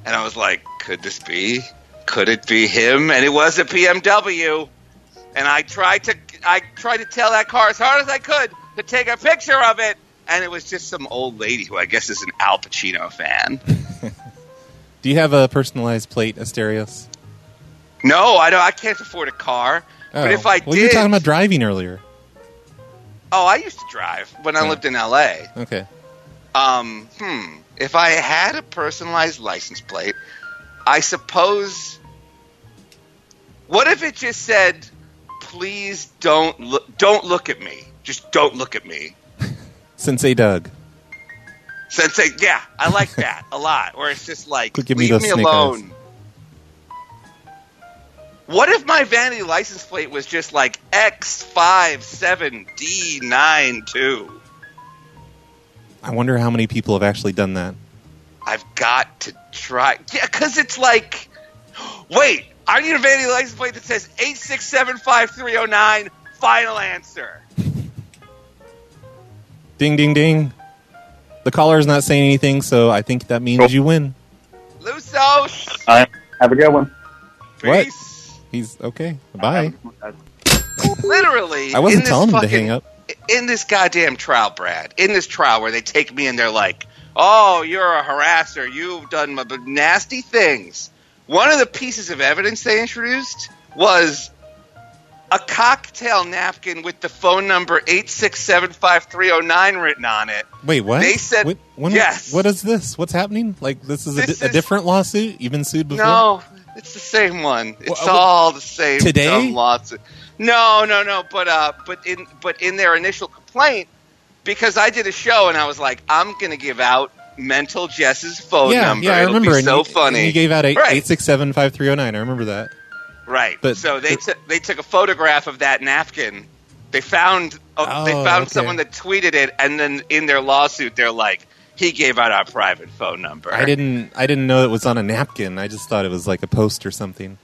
S3: And I was like, could this be? Could it be him? And it was a BMW. And I tried to I tried to tell that car as hard as I could to take a picture of it. And it was just some old lady who I guess is an Al Pacino fan.
S1: Do you have a personalized plate, Asterios?
S3: No, I don't I can't afford a car.
S1: Oh.
S3: But if I
S1: well,
S3: did
S1: you were talking about driving earlier.
S3: Oh, I used to drive when I
S1: Yeah.
S3: lived in LA.
S1: Okay.
S3: Um, hmm. If I had a personalized license plate, I suppose. What if it just said, "Please don't look, don't look at me. Just don't look at me."
S1: Sensei Doug.
S3: Sensei, yeah,
S1: [LAUGHS]
S3: I like that a lot. Or it's just like,
S1: Could give me
S3: leave
S1: those
S3: me,
S1: snake
S3: alone. What if my vanity license plate was just like X57D92?
S1: I wonder how many people have actually done that.
S3: I've got to try. Yeah, because it's like, wait, I need a vanity license plate that says 8675309, final answer.
S1: Ding, ding, ding. The caller is not saying anything, so I think that means you win.
S3: Lusos,
S9: Have a good one.
S1: What?
S3: peace.
S1: He's okay. Bye.
S3: Literally,
S1: I
S3: in
S1: wasn't
S3: this
S1: telling him to
S3: fucking-
S1: hang up.
S3: in this goddamn trial, Brad, in this trial where they take me and they're like, "Oh, you're a harasser. You've done m- nasty things." One of the pieces of evidence they introduced was a cocktail napkin with the phone number eight six seven five three zero nine written on it.
S1: Wait, what?
S3: They said-
S1: Wait, when-
S3: Yes.
S1: What is this? What's happening? Like this is, a,
S3: This
S1: di- a
S3: is-
S1: different lawsuit? You've been sued before?
S3: No, it's the same one. It's
S1: Well, uh,
S3: all the same.
S1: today?
S3: dumb lawsuit. No, no, no. But uh, but in but in their initial complaint, because I did a show and I was like, I'm gonna give out mental Jess's phone
S1: yeah,
S3: number.
S1: yeah, I
S3: It'll
S1: remember.
S3: Be
S1: and
S3: so
S1: you,
S3: funny.
S1: and You gave out eight
S3: Right.
S1: eight six seven five three zero nine. I remember that.
S3: Right.
S1: But-
S3: so they took they took a photograph of that napkin. They found uh, they
S1: Oh,
S3: found
S1: okay.
S3: someone that tweeted it, and then in their lawsuit, they're like, he gave out our private phone number.
S1: I didn't. I didn't know it was on a napkin. I just thought it was like a post or something.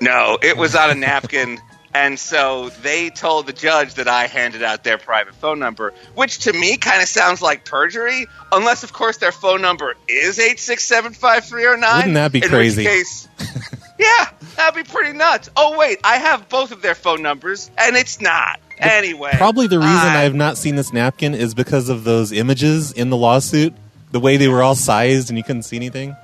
S3: No, it was on a napkin. And so they told the judge that I handed out their private phone number, which to me kind of sounds like perjury, unless, of course, their phone number is 8675309.
S1: Wouldn't that be
S3: in which
S1: crazy?
S3: case- [LAUGHS] yeah, that'd be pretty nuts. Oh, wait, I have both of their phone numbers, and it's not. Anyway.
S1: Probably the reason
S3: I-
S1: I have not seen this napkin is because of those images in the lawsuit. The way they were all sized and you couldn't see anything.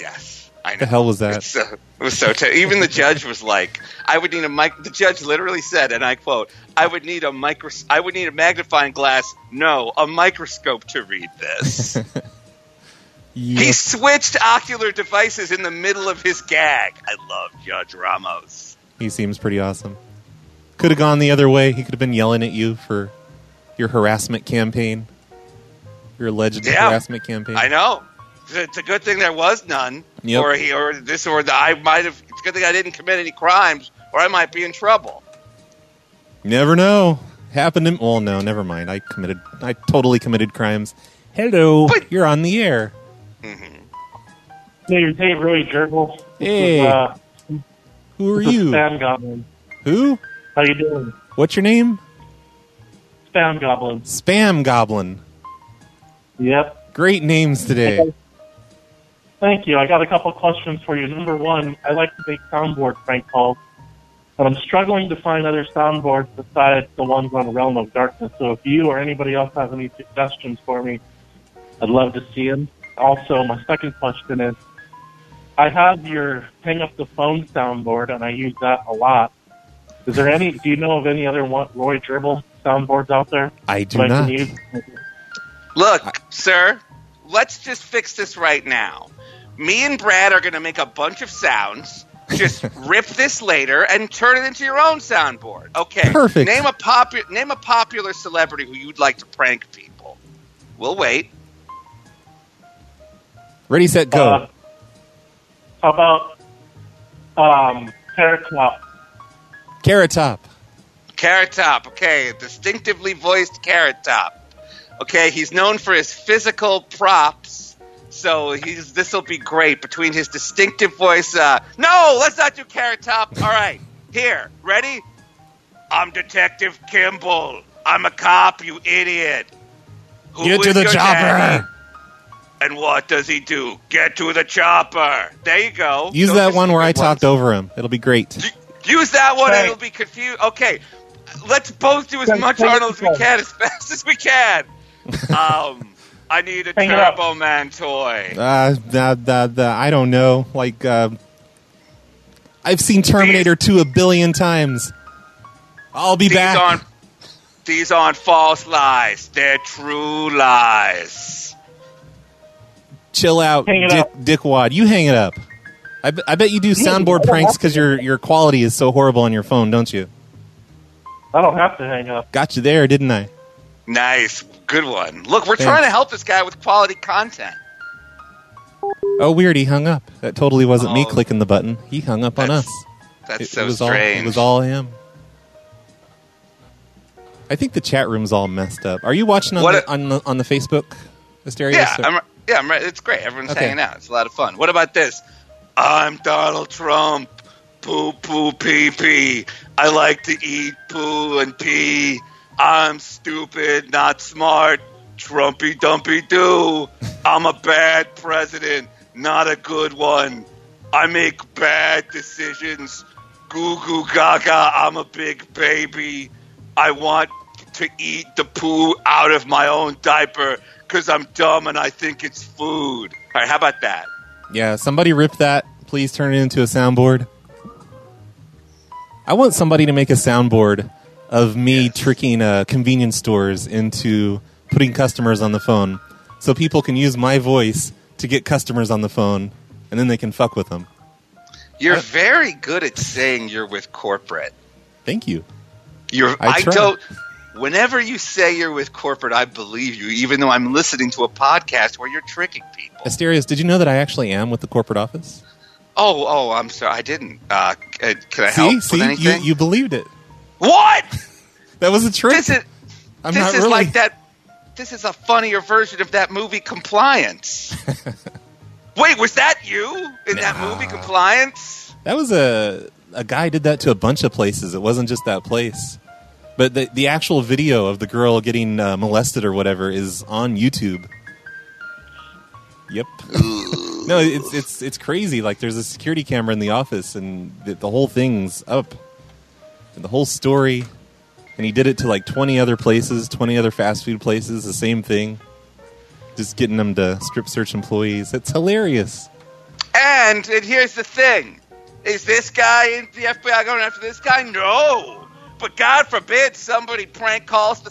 S3: Yes, I know.
S1: The hell was that?
S3: It's so, it was so ter- even the judge was like, "I would need a mic." The judge literally said, and I quote, "I would need a micro. I would need a magnifying glass. No, a microscope to read this." he switched ocular devices in the middle of his gag. I love Judge Ramos.
S1: He seems pretty awesome. Could have gone the other way. He could have been yelling at you for your harassment campaign, your alleged
S3: Yeah.
S1: harassment campaign.
S3: I know. It's a good thing there was none,
S1: Yep.
S3: or he, or this, or the, I might have. It's a good thing I didn't commit any crimes, or I might be in trouble.
S1: Never know. Happened in. Well, no, never mind. I committed. I totally committed crimes. Hello,
S3: But-
S1: you're on the air.
S10: No, your name really jerkle.
S1: Hey.
S10: uh,
S1: Who are
S10: this is
S1: you?
S10: Spam Goblin.
S1: Who?
S10: How you doing?
S1: What's your name?
S10: Spam Goblin.
S1: Spam Goblin.
S10: Yep.
S1: Great names today.
S10: Thank you. I got a couple questions for you. Number one, I like to make soundboard prank calls, but I'm struggling to find other soundboards besides the ones on Realm of Darkness. So if you or anybody else has any suggestions for me, I'd love to see them. Also, my second question is, I have your hang up the phone soundboard, and I use that a lot. Is there any? Do you know of any other one, Roy Dribble soundboards out there?
S1: I do
S10: that I
S1: not.
S10: can use?
S3: Look, sir, let's just fix this right now. Me and Brad are going to make a bunch of sounds. Just rip this later and turn it into your own soundboard. Okay.
S1: Perfect.
S3: Name a popu- name a popular celebrity who you'd like to prank people. We'll wait.
S1: Ready, set, go.
S10: Uh, how about um, Parrot Top?
S1: Carrot Top.
S3: Carrot Top. Okay, distinctively voiced Carrot Top. Okay, he's known for his physical props, so he's this will be great between his distinctive voice. Uh, no, let's not do Carrot Top.
S1: [LAUGHS]
S3: All right, here, ready? I'm Detective Kimball. I'm a cop, you idiot. Who
S1: Get to
S3: is
S1: the
S3: your daddy?
S1: chopper.
S3: And what does he do? Get to the chopper. There you go.
S1: Use
S3: Those
S1: that
S3: are
S1: one where I
S3: good ones.
S1: talked over him. It'll be great.
S3: Use that one,
S10: Right.
S3: and it'll be confused. Okay, let's both do as
S10: Right,
S3: much
S10: right,
S3: Arnold as we
S10: right.
S3: can, as fast as we can. Um, I need a
S10: Hang it up.
S3: Turbo Man toy.
S1: Uh, the, the, the, I don't know. Like, uh, I've seen Terminator 2 a billion times. I'll be
S3: These
S1: back.
S3: aren't these aren't false lies; they're true lies.
S1: Chill out,
S10: Hang it
S1: dick,
S10: up.
S1: dickwad. You hang it up. I, be- I bet you do soundboard pranks because your, your quality is so horrible on your phone, don't you?
S10: I don't have to hang up.
S1: Got you there, didn't I?
S3: Nice, good one. Look, we're
S1: Thanks.
S3: trying to help this guy with quality content.
S1: Oh, weird. He hung up. That totally wasn't me
S3: Oh.
S1: clicking the button. He hung up on
S3: That's-
S1: us.
S3: That's
S1: It,
S3: so
S1: it was
S3: strange.
S1: all it was all him. I think the chat room's all messed up. Are you watching on
S3: What
S1: the,
S3: a-
S1: on the on the Facebook hysteria?
S3: yeah,
S1: So-
S3: I'm, yeah, I'm right. It's great. Everyone's
S1: Okay.
S3: hanging out. It's a lot of fun. What about this? I'm Donald Trump. Poo poo pee pee. I like to eat poo and pee. I'm stupid, not smart. Trumpy dumpy doo. I'm a bad president, not a good one. I make bad decisions. Goo goo gaga. I'm a big baby. I want to eat the poo out of my own diaper because I'm dumb and I think it's food. All right, how about that?
S1: yeah, somebody rip that. Please turn it into a soundboard. I want somebody to make a soundboard of me tricking uh, convenience stores into putting customers on the phone, so people can use my voice to get customers on the phone, and then they can fuck with them.
S3: You're very good at saying you're with corporate.
S1: Thank you.
S3: You're.
S1: I
S3: I,
S1: try.
S3: don't. Whenever you say you're with corporate, I believe you, even though I'm listening to a podcast where you're tricking people.
S1: Asterius, did you know that I actually am with the corporate office?
S3: Oh, oh, I'm sorry, I didn't. Uh, c- uh, can I help
S1: see,
S3: with
S1: see, you,
S3: anything?
S1: you believed it.
S3: what?
S1: [LAUGHS] That was a trick.
S3: This is
S1: I'm
S3: this
S1: not
S3: is
S1: really-
S3: like that. This is a funnier version of that
S1: [LAUGHS]
S3: movie Compliance. Wait, was that you in that movie Compliance?
S1: That was a a guy did that to a bunch of places. It wasn't just that place. But the the actual video of the girl getting uh, molested or whatever is on YouTube. Yep. [LAUGHS] no, it's it's it's crazy. Like there's a security camera in the office, and the, the whole thing's up, and the whole story. And he did it to like 20 other places, 20 other fast food places, the same thing. Just getting them to strip search employees. It's hilarious.
S3: And and here's the thing: is this guy in the FBI going after this guy? No. But God forbid somebody prank calls the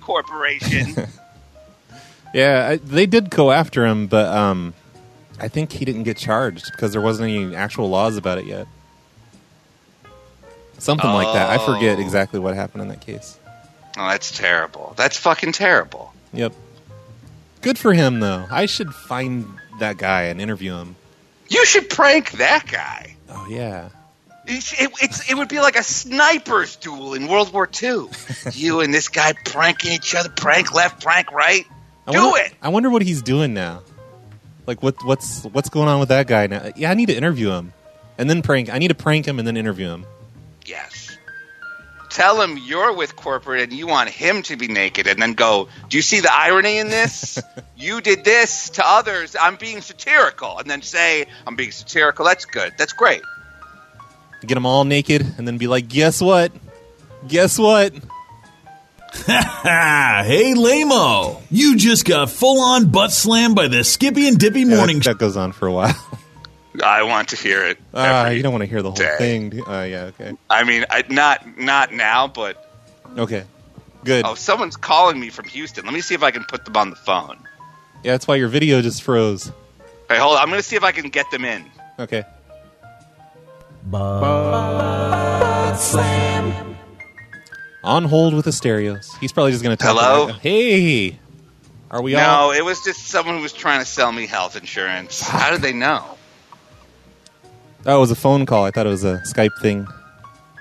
S1: [LAUGHS]
S3: Corporation.
S1: Yeah, I, they did go after him, but um, I think he didn't get charged because there wasn't any actual laws about it yet. Something like that. I forget
S3: Oh.
S1: exactly what happened in that case.
S3: oh, that's terrible. That's fucking terrible.
S1: Yep. Good for him though. I should find that guy and interview him.
S3: You should prank that guy.
S1: Oh yeah.
S3: It, sh- it- it's, it would be like a sniper's duel in World War
S1: [LAUGHS]
S3: II. you and this guy pranking each other, prank left, prank right.
S1: I
S3: Do
S1: wonder,
S3: it.
S1: I wonder what he's doing now. Like what what's what's going on with that guy now? Yeah, I need to interview him. And then prank I need to prank him and then interview him.
S3: Yes. Tell him you're with corporate and you want him to be naked, and then go, Do you see the irony
S1: [LAUGHS]
S3: in this? you did this to others. I'm being satirical. And then say, I'm being satirical. That's good. That's great.
S1: Get them all naked and then be like, "Guess what? Guess what?"
S11: [LAUGHS] hey, Lamo, you just got full on butt slammed by the Skippy and Dippy morning.
S1: that goes on for
S11: [LAUGHS]
S1: a while.
S3: I want to hear it.
S1: Ah, you don't want to hear the whole
S3: day.
S1: thing. do- Uh, yeah, okay.
S3: I mean, I, not not now, but
S1: Okay. Good.
S3: oh, someone's calling me from Houston. Let me see if I can put them on the phone.
S1: Yeah, that's why your video just froze.
S3: Hey, hold on. I'm going to see if I can get them in.
S1: Okay. On hold with the stereos. He's probably just going to tell
S3: Hello?
S1: Hey. Are we
S3: no,
S1: all
S3: it was just someone who was trying to sell me health insurance. How did they know?
S1: Oh, it was a phone call. I thought it was a Skype thing.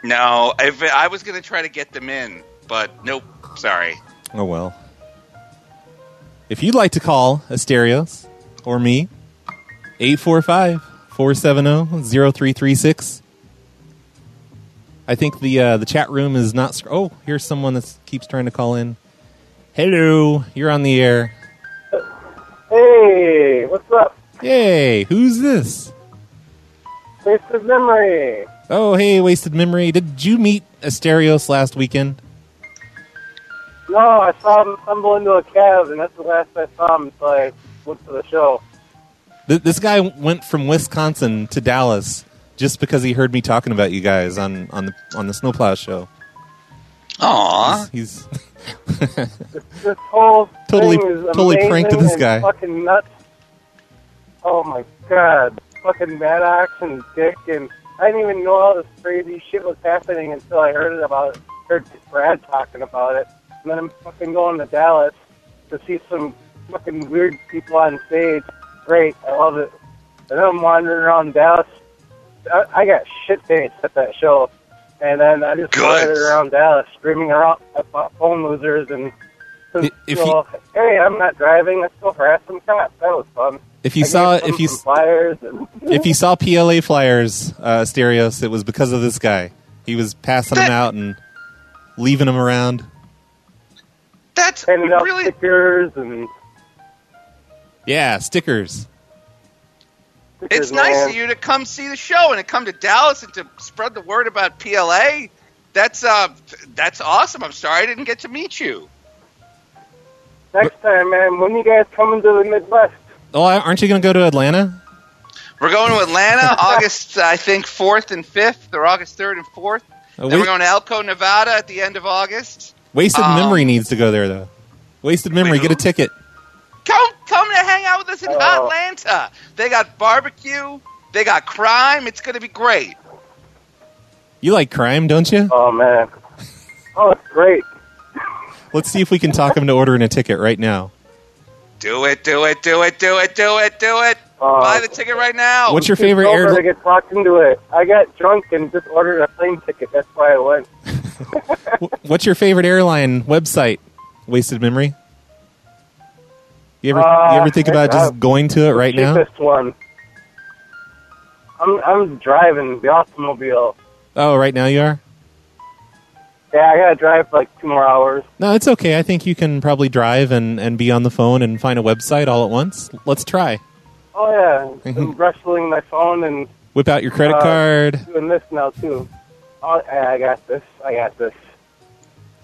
S3: No, if I was going to try to get them in, but nope. Sorry.
S1: Oh well. If you'd like to call Asterios or me, 845-470-0336. I think the uh, the chat room is not sc- Oh, here's someone that keeps trying to call in. Hello, you're on the air.
S12: Hey, what's up?
S1: Hey, who's this?
S12: Wasted memory.
S1: Oh, hey, wasted memory. Did you meet Asterios last weekend?
S12: No, I saw him stumble into a cab, and that's the last I saw him until I went to the show.
S1: Th- this guy went from Wisconsin to Dallas just because he heard me talking about you guys on on the on the snowplow show.
S3: Aw.
S1: He's, [LAUGHS]
S12: This whole
S1: Totally-
S12: thing is
S1: totally
S12: amazing
S1: pranked this
S12: and
S1: guy.
S12: Fucking nuts. Oh my god, fucking Maddox and Dick, and I didn't even know all this crazy shit was happening until I heard it about it. Heard Brad talking about it, and then I'm fucking going to Dallas to see some fucking weird people on stage. Great, I love it. And then I'm wandering around Dallas. I, I got shit faced at that show. And then I just
S1: Good.
S12: wandered around Dallas screaming around about phone losers and
S1: I- if you
S12: well, hey, I'm not driving. I still harass some cops. That was fun.
S1: if you
S12: I
S1: saw
S12: gave some
S1: if you
S12: some flyers and
S1: if you saw PLA flyers uh, Asterios, it was because of this guy. He was passing them out and leaving them around.
S3: that's
S12: handed out stickers and
S1: Yeah, stickers.
S3: It's
S12: stickers,
S3: nice
S12: man.
S3: of you to come see the show and to come to Dallas and to spread the word about PLA. That's uh, that's awesome. I'm sorry I didn't get to meet you.
S12: Next time, man, when you guys coming to the Midwest?
S1: Oh, aren't you going to go to Atlanta?
S3: We're going to
S12: [LAUGHS]
S3: Atlanta, August I think fourth and fifth, or August third and fourth.
S1: Oh,
S3: then
S1: we-
S3: we're going to Elko, Nevada, at the end of August.
S1: Wasted
S3: Um,
S1: memory needs to go there though. Wasted memory, get a ticket.
S3: Come, come to hang out with us in
S12: Oh.
S3: Atlanta. They got barbecue. They got crime. It's going to be great.
S1: You like crime, don't you?
S12: Oh man. Oh, it's great.
S1: Let's see if we can talk him to ordering a ticket right now.
S3: Do it, do it, do it, do it, do it, do it. Buy the ticket right now.
S1: What's your favorite
S12: uh, Over
S1: air-
S12: to get talked into it. I got drunk and just ordered a plane ticket. That's why I went.
S1: What's your favorite airline website? Wasted memory. You ever you ever think
S12: Uh,
S1: about
S12: uh,
S1: just going to it right now?
S12: Cheapest one. I'm I'm driving the automobile.
S1: Oh, right now you are.
S12: Yeah, I gotta drive for like two more hours.
S1: No, it's okay. I think you can probably drive and, and be on the phone and find a website all at once. Let's try.
S12: Oh yeah, I'm wrestling my phone and
S1: Whip out Mm-hmm. your credit
S12: uh,
S1: card.
S12: Doing this now too. Oh, yeah, I got this. I got this.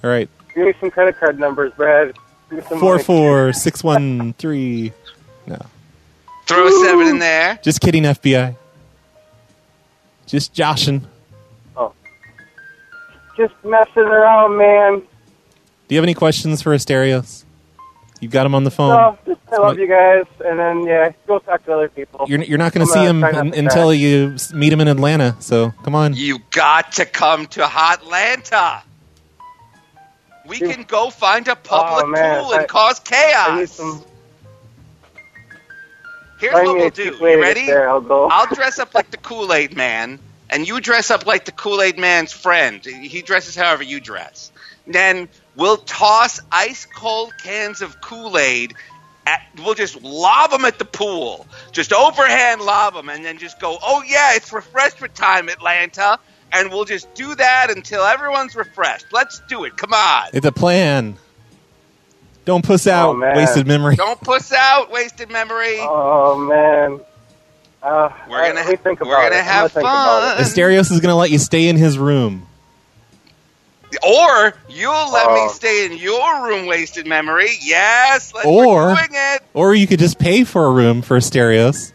S1: All right.
S12: Give me some credit card numbers, Brad. Give me some
S1: Four
S12: money. [LAUGHS]
S1: four six one three. No,
S3: Throw a seven in there.
S1: just kidding, FBI. Just joshing.
S12: Just messing around, man.
S1: Do you have any questions for Asterios? You've got him on the phone.
S12: No, just, I love you guys, and then yeah, go talk to other people.
S1: You're, you're not going
S12: I'm
S1: to see him
S12: try not
S1: un-
S12: to
S1: until
S12: crash.
S1: you s- meet him in Atlanta. So come on.
S3: You got to come to Hotlanta. We can go find a public
S12: Oh, man,
S3: pool and
S12: I-
S3: cause
S12: I need
S3: chaos.
S12: some-
S3: Here's
S12: find
S3: what
S12: me
S3: we'll
S12: a cheap
S3: do.
S12: way to
S3: You
S12: get
S3: ready?
S12: there, I'll go.
S3: dress up like the Kool Aid Man, and you dress up like the Kool Aid Man's friend. He dresses however you dress. Then we'll toss ice cold cans of Kool Aid. At, we'll just lob them at the pool, just overhand lob them, and then just go. Oh yeah, it's refreshment time, Atlanta, and we'll just do that until everyone's refreshed. Let's do it. Come on.
S1: It's a plan. Don't
S3: Oh,
S1: puss out. wasted memory. [LAUGHS]
S3: Don't puss out. Wasted memory.
S12: Oh man. Uh, we're gonna we think about
S3: gonna
S12: it. I'm
S3: have
S12: think about it.
S1: Asterios is going to let you stay in his room.
S3: [LAUGHS] Or you'll let
S1: Oh.
S3: me stay in your room, wasted memory. Yes, let's
S1: Or-
S3: we're doing it.
S1: Or you could just pay for a room for Asterios.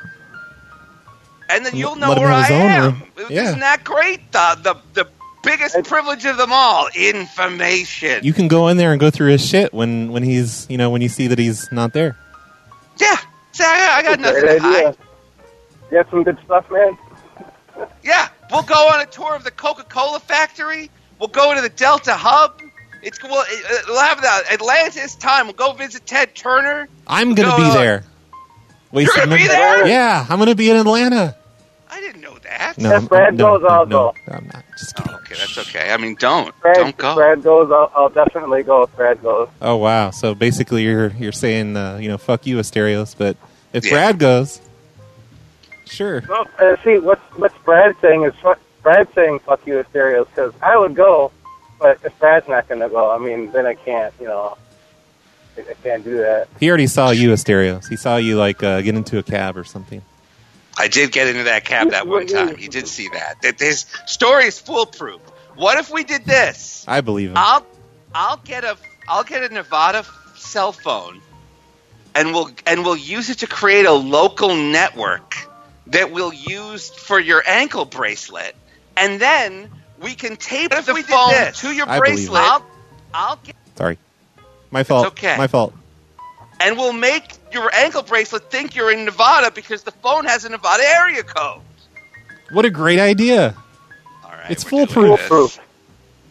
S3: And then you'll
S1: Let
S3: know
S1: him
S3: where I
S1: have his own
S3: am.
S1: room. Yeah.
S3: Isn't that great? The, the, the biggest privilege of them all information.
S1: You can go in there and go through his shit when, when he's, you know, when you see that he's not there.
S3: yeah, see, I, I got
S12: That's a
S3: nothing
S12: great
S3: to hide.
S12: idea. You have some good stuff, man.
S3: Yeah, we'll go on a tour of the Coca Cola factory. We'll go to the Delta Hub. It's we'll, it, we'll have the Atlantis time. We'll go visit Ted Turner.
S1: I'm going to
S3: No,
S1: be
S3: no.
S1: there. Wasted
S3: gonna be
S1: memory.
S3: there?
S1: Yeah, I'm going to be in Atlanta.
S3: I didn't know that.
S1: No, Yes, Brad no, goes no, also. I'm not. Just
S3: kidding. okay, that's okay. I mean, don't
S12: Brad,
S3: don't go.
S12: Brad goes. I'll, I'll definitely go if Brad goes.
S1: Oh wow! So basically, you're you're saying uh, you know fuck you, Asterios. But if
S12: Yeah.
S1: Brad goes, Sure.
S12: Well, uh, see, what's what's Brad saying is fu- Brad saying "fuck you, Asterios," because I would go, but if Brad's not going to go, I mean, then I can't. You know, I, I can't do that.
S1: he already saw you, Asterios. He saw you like uh, get into a cab or something.
S3: I did get into that cab that one time. You did see that. That his story is foolproof. What if we did this?
S1: I believe him.
S3: I'll I'll get a I'll get a Nevada f- cell phone, and we'll and we'll use it to create a local network that we'll use for your ankle bracelet, and then we can tape the phone to your
S1: I believe
S3: bracelet.
S1: it.
S3: I'll, I'll get,
S1: Sorry, my fault.
S3: okay.
S1: My fault.
S3: and we'll make your ankle bracelet think you're in Nevada because the phone has a Nevada area code.
S1: What a great idea! All
S3: right,
S1: it's foolproof.
S3: Foolproof.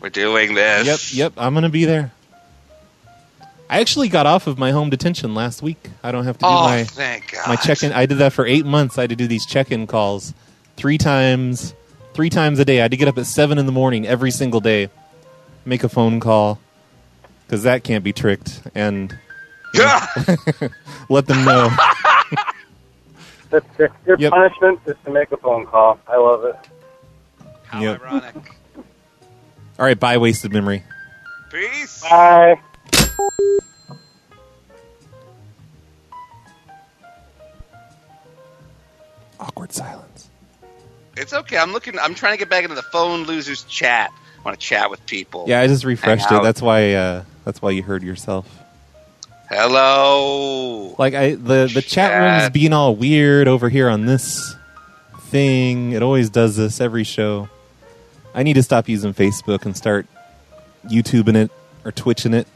S3: We're doing this.
S1: Yep, yep. I'm gonna be there. I actually got off of my home detention last week. I don't have to do
S3: Oh,
S1: my
S3: thank God.
S1: my check in. I did that for eight months. I had to do these check in calls three times, three times a day. I had to get up at seven in the morning every single day, make a phone call because that can't be tricked,
S3: [LAUGHS]
S1: and you know, [LAUGHS] let them know.
S12: That's your, your punishment is to make a phone call. I love it.
S1: Yep.
S3: ironic.
S1: All right, bye, wasted memory.
S3: Peace.
S12: Bye.
S1: Awkward silence.
S3: It's okay. I'm looking. I'm trying to get back into the phone losers chat. I want to chat with people.
S1: Yeah, I just refreshed
S3: Hang
S1: it.
S3: out.
S1: That's why. Uh, that's why you heard yourself.
S3: Hello.
S1: Like I, the the chat room's
S3: Chat.
S1: being all weird over here on this thing. It always does this every show. I need to stop using Facebook and start YouTubing it or Twitching it.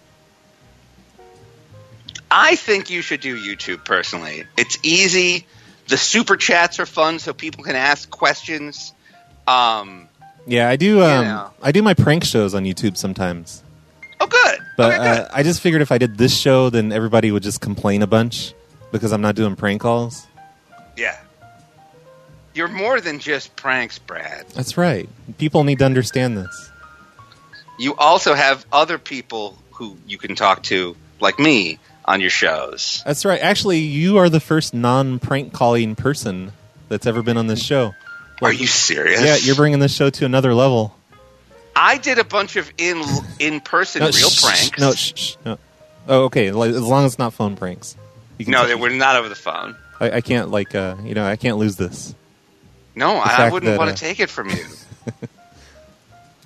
S3: I think you should do YouTube personally. It's easy. The super chats are fun, so people can ask questions. Um.
S1: Yeah, I do. Um,
S3: know.
S1: I do my prank shows on YouTube sometimes.
S3: Oh, good.
S1: But uh, I just figured if I did this show, then everybody would just complain a bunch because I'm not doing prank calls.
S3: Yeah. You're more than just pranks, Brad.
S1: That's right. People need to understand this.
S3: You also have other people who you can talk to, like me, on your shows.
S1: That's right. Actually, you are the first non prank calling person that's ever been on this show.
S3: Are you serious?
S1: Yeah, you're bringing this show to another level.
S3: I did a bunch of in in person
S1: No,
S3: real
S1: shh, shh,
S3: pranks.
S1: No, shh, shh, no. Oh, okay. Like, as long as it's not phone pranks. You can
S3: No,
S1: tell-
S3: they were not over the phone.
S1: I, I can't like uh, you know I can't lose this.
S3: No,
S1: The
S3: I, I
S1: fact
S3: wouldn't
S1: that,
S3: want to
S1: uh,
S3: take it from you.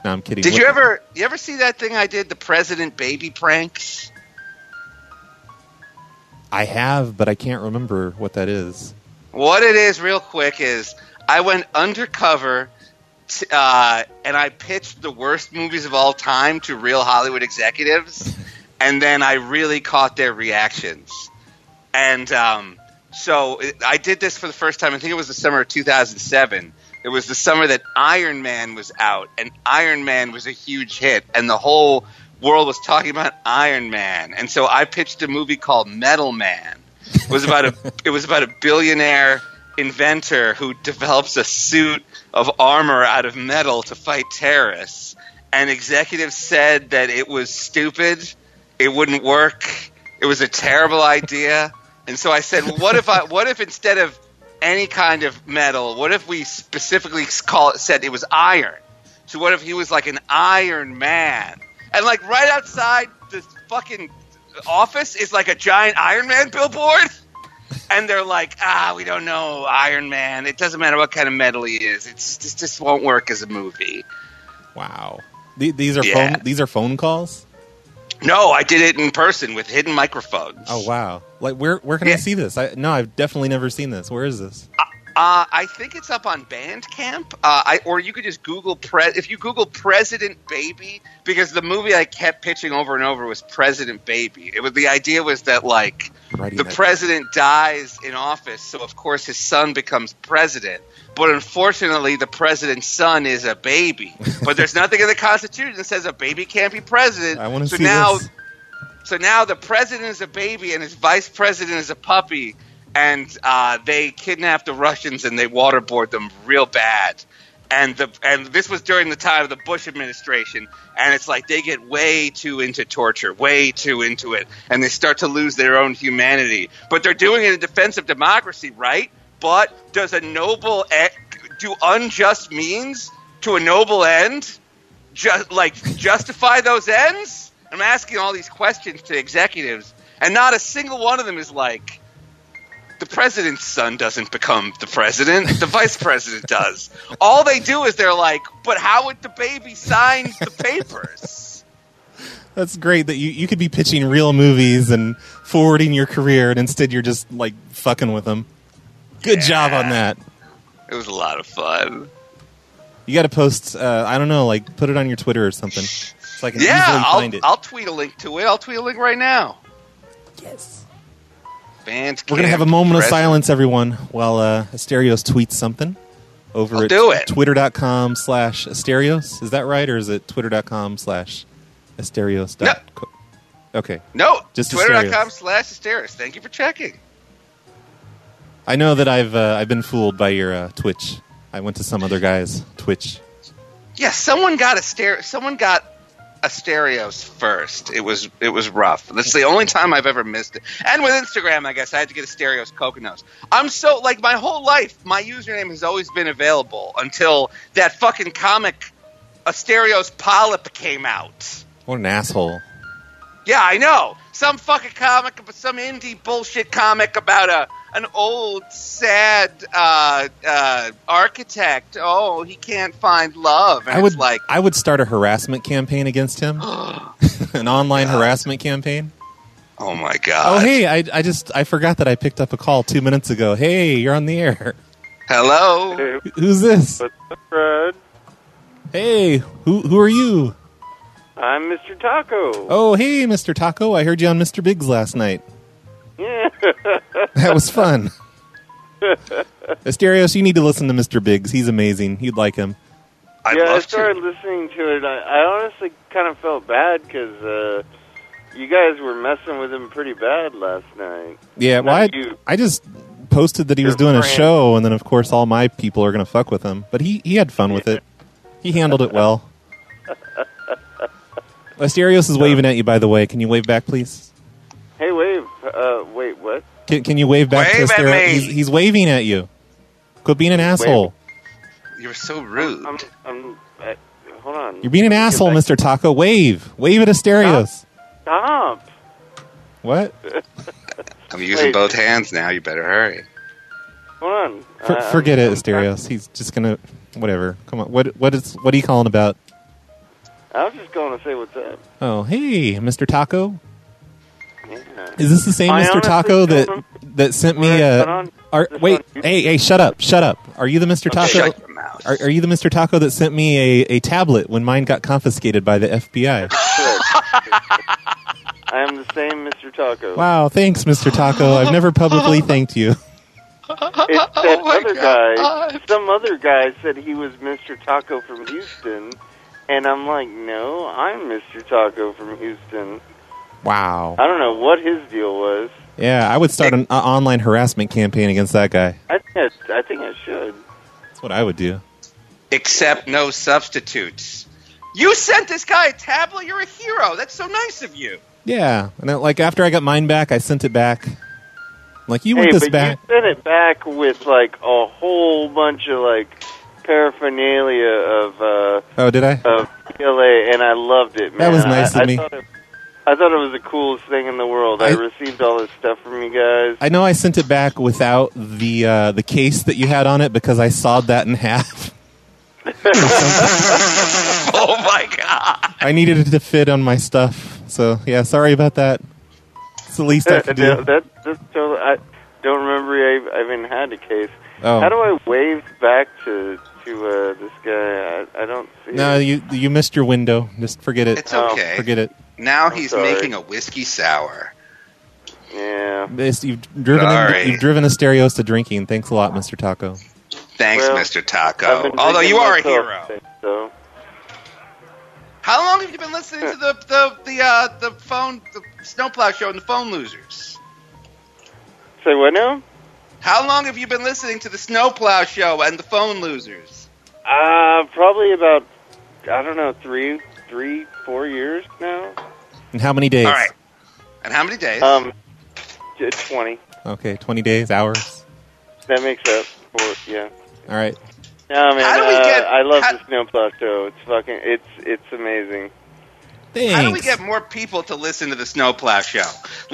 S1: No, I'm kidding.
S3: Did
S1: What-
S3: you ever you ever see that thing I did, the president baby pranks?
S1: I have, but I can't remember what that is.
S3: What it is, real quick, is I went undercover t- uh, and I pitched the worst movies of all time to real Hollywood executives, and then I really caught their reactions. And um, so it, I did this for the first time. I think it was the summer of 2007. It was the summer that Iron Man was out, and Iron Man was a huge hit, and the whole world was talking about Iron Man. And so I pitched a movie called Metal Man. It was about a it was about a billionaire inventor who develops a suit of armor out of metal to fight terrorists. And executives said that it was stupid, it wouldn't work, it was a terrible idea. And so I said, well, "What if I? What if instead of any kind of metal, what if we specifically call it said it was iron? So what if he was like an Iron Man? And like right outside the fucking office is like a giant Iron Man billboard." and they're like, ah, we don't know Iron Man. It doesn't matter what kind of metal he is. It's this just won't work as a movie.
S1: Wow. The- These are
S3: Yeah.
S1: phone. These are phone calls.
S3: No, I did it in person with hidden microphones.
S1: Oh wow! Like where where can I see this? I no, I've definitely never seen this. Where is this?
S3: Uh, I think it's up on Bandcamp. Uh, I or you could just Google pre- if you Google President Baby because the movie I kept pitching over and over was President Baby. It was the idea was that like the president dies in office, so of course his son becomes president. But unfortunately, the president's son is a baby. But there's nothing in the Constitution that says a baby can't be president.
S1: I want to
S3: so
S1: see
S3: now,
S1: this.
S3: so now the president is a baby and his vice president is a puppy, and uh, they kidnap the Russians and they waterboard them real bad. And the and this was during the time of the Bush administration, and it's like they get way too into torture, way too into it, and they start to lose their own humanity. But they're doing it in defense of democracy, right? But does a noble e- do unjust means to a noble end? just like justify those ends? I'm asking all these questions to executives, and not a single one of them is like, the president's son doesn't become the president, the vice president does. All they do is they're like, but how would the baby sign the
S1: [LAUGHS]
S3: papers?
S1: That's great that you, you could be pitching real movies and forwarding your career, and instead you're just like fucking with them. Good job on that.
S3: It was a lot of fun.
S1: You got to post. Uh, I don't know, like put it on your Twitter or something, so I can
S3: yeah,
S1: easily
S3: I'll,
S1: find it.
S3: I'll tweet a link to it. I'll tweet a link right now.
S1: Yes.
S3: Fans
S1: We're gonna have a moment of silence, everyone, while uh, Asterios tweets something over at
S3: do it.
S1: twitter.com slash Asterios. Is that right, or is it twitter.com slash Asterios? dot co- Okay.
S3: No,
S1: Just Asterios.
S3: twitter.com slash Asteris. Thank you for checking.
S1: I know that I've uh, I've been fooled by your uh, Twitch. I went to some other guy's Twitch.
S3: Yeah, someone got a ster- someone got a stereos first. It was it was rough. That's the only time I've ever missed it. And with Instagram, I guess I had to get a stereos coconuts. I'm so like my whole life, my username has always been available until that fucking comic a stereos polyp came out.
S1: What an asshole!
S3: Yeah, I know. Some fucking comic, some indie bullshit comic about a an old sad uh, uh, architect. Oh, he can't find love. And
S1: I would
S3: it's like.
S1: I would start a harassment campaign against
S3: [GASPS]
S1: him, [LAUGHS] an online harassment campaign.
S3: Oh my god!
S1: Oh hey, I I just I forgot that I picked up a call two minutes ago. Hey, you're on the air.
S3: Hello.
S1: Who's this?
S13: Fred.
S1: Hey, who who are you?
S13: I'm Mr. Taco. [LAUGHS]
S1: Oh hey, Mr. Taco. I heard you on Mr. Biggs last night.
S13: Yeah.
S1: That was fun. Asterios, you need to listen to Mr. Biggs. He's amazing. You'd like him.
S13: yeah, I started listening to it. I, I honestly kind of felt bad because uh, you guys were messing with him pretty bad last night.
S1: Yeah, well, I, I just posted that he was doing a
S13: friend.
S1: show, and then of course all my people are going to fuck with him. But he he had fun with it. He handled
S13: [LAUGHS]
S1: it well. Asterios is waving at you, by the way. Can you wave back, please?
S13: Hey, wave. Uh, wait, what?
S1: Can, can you wave back
S13: Wave
S1: to
S13: at
S1: Asterios?
S13: me.
S1: He's, he's waving at you. Quit being an asshole.
S3: You're so rude.
S13: I'm, I'm, I, hold on.
S1: You're being an asshole, Mr. Taco. Wave. Wave at Asterios.
S13: Stop.
S1: What?
S3: I'm using
S13: Wait.
S3: both hands now. You better hurry.
S13: Hold on.
S1: For,
S13: I- I'm-
S1: forget it,
S13: Uh, I'm-
S1: Asterios. He's just gonna whatever. Come on. What what is what are you calling about?
S13: I was just going to say what's up.
S1: Oh, hey, Mr. Taco.
S13: Yeah.
S1: Is this the same
S13: I
S1: Mr.
S13: honestly
S1: Taco
S13: don't
S1: that
S13: rem-
S1: that sent me
S13: Where-
S1: a?
S13: hold on.
S1: Are, wait, hey, hey, shut up, shut up. Are you the Mr. Taco?
S3: shut your mouth.
S1: Are, are you the Mr. Taco that sent me a, a tablet when mine got confiscated by
S13: [LAUGHS]
S1: the FBI?
S13: [LAUGHS] I am the same Mr. Taco.
S1: wow, thanks, Mr. Taco. I've
S13: [LAUGHS]
S1: never publicly thanked you.
S13: It's that other guy. Some other guy said he was Mr. Taco from Houston, and I'm like, no, I'm Mr. Taco from Houston.
S1: Wow.
S13: I don't know what his deal was.
S1: Yeah, I would start an uh, online harassment campaign against that guy.
S13: I think I, I think I should.
S1: That's what I would do.
S3: Except no substitutes. You sent this guy a tablet. You're a hero. That's so nice of you.
S1: Yeah, and then, like after I got mine back, I sent it back. Like you want
S13: hey,
S1: this
S13: but
S1: back?
S13: you sent it back with like a whole bunch of like paraphernalia of uh,
S1: Oh, did I?
S13: of PLA, and I loved it. Man,
S1: That was nice
S13: I,
S1: of
S13: I
S1: me.
S13: Thought it, I thought it was the coolest thing in the world. I, received all this stuff from you guys.
S1: I know I sent it back without the uh, the case that you had on it because I sawed that in half. [LAUGHS]
S3: [LAUGHS] oh my god!
S1: I needed it to fit on my stuff. So yeah, sorry about that. It's the least I could
S13: Yeah,
S1: do.
S13: [LAUGHS] that, that's totally, I don't remember I, I even had a case.
S1: Oh.
S13: How do I wave back to to uh, this guy? I, I don't see.
S1: No,
S13: it.
S1: you you missed your window. Just forget it. Oh,
S3: It's okay.
S1: Forget it.
S3: Now
S13: I'm
S3: he's
S13: sorry.
S3: making a whiskey sour.
S13: Yeah.
S1: This- you've driven him,
S3: Sorry.
S1: you've driven Asterios to drinking. Thanks a lot, Mr. Taco.
S3: Thanks,
S13: Well,
S3: Mr.
S13: I've
S3: Taco.
S13: been
S3: Although you
S13: drinking
S3: are a
S13: myself,
S3: hero.
S13: So
S3: How long have you been listening to the the the uh, the phone the snowplow show and the phone losers?
S13: say what now?
S3: How long have you been listening to the snowplow show and the phone losers?
S13: Uh, probably about I don't know three, three, four years now.
S1: In how many days?
S3: All right. And how many days?
S13: Um, j- twenty.
S1: Okay, twenty days, hours.
S13: That makes up for yeah.
S1: All right.
S13: No man,
S3: How do we
S13: uh,
S3: get-
S13: I love
S3: how-
S13: the snowplow show. It's fucking, it's it's amazing.
S3: How do we get more people to listen to the snowplow show?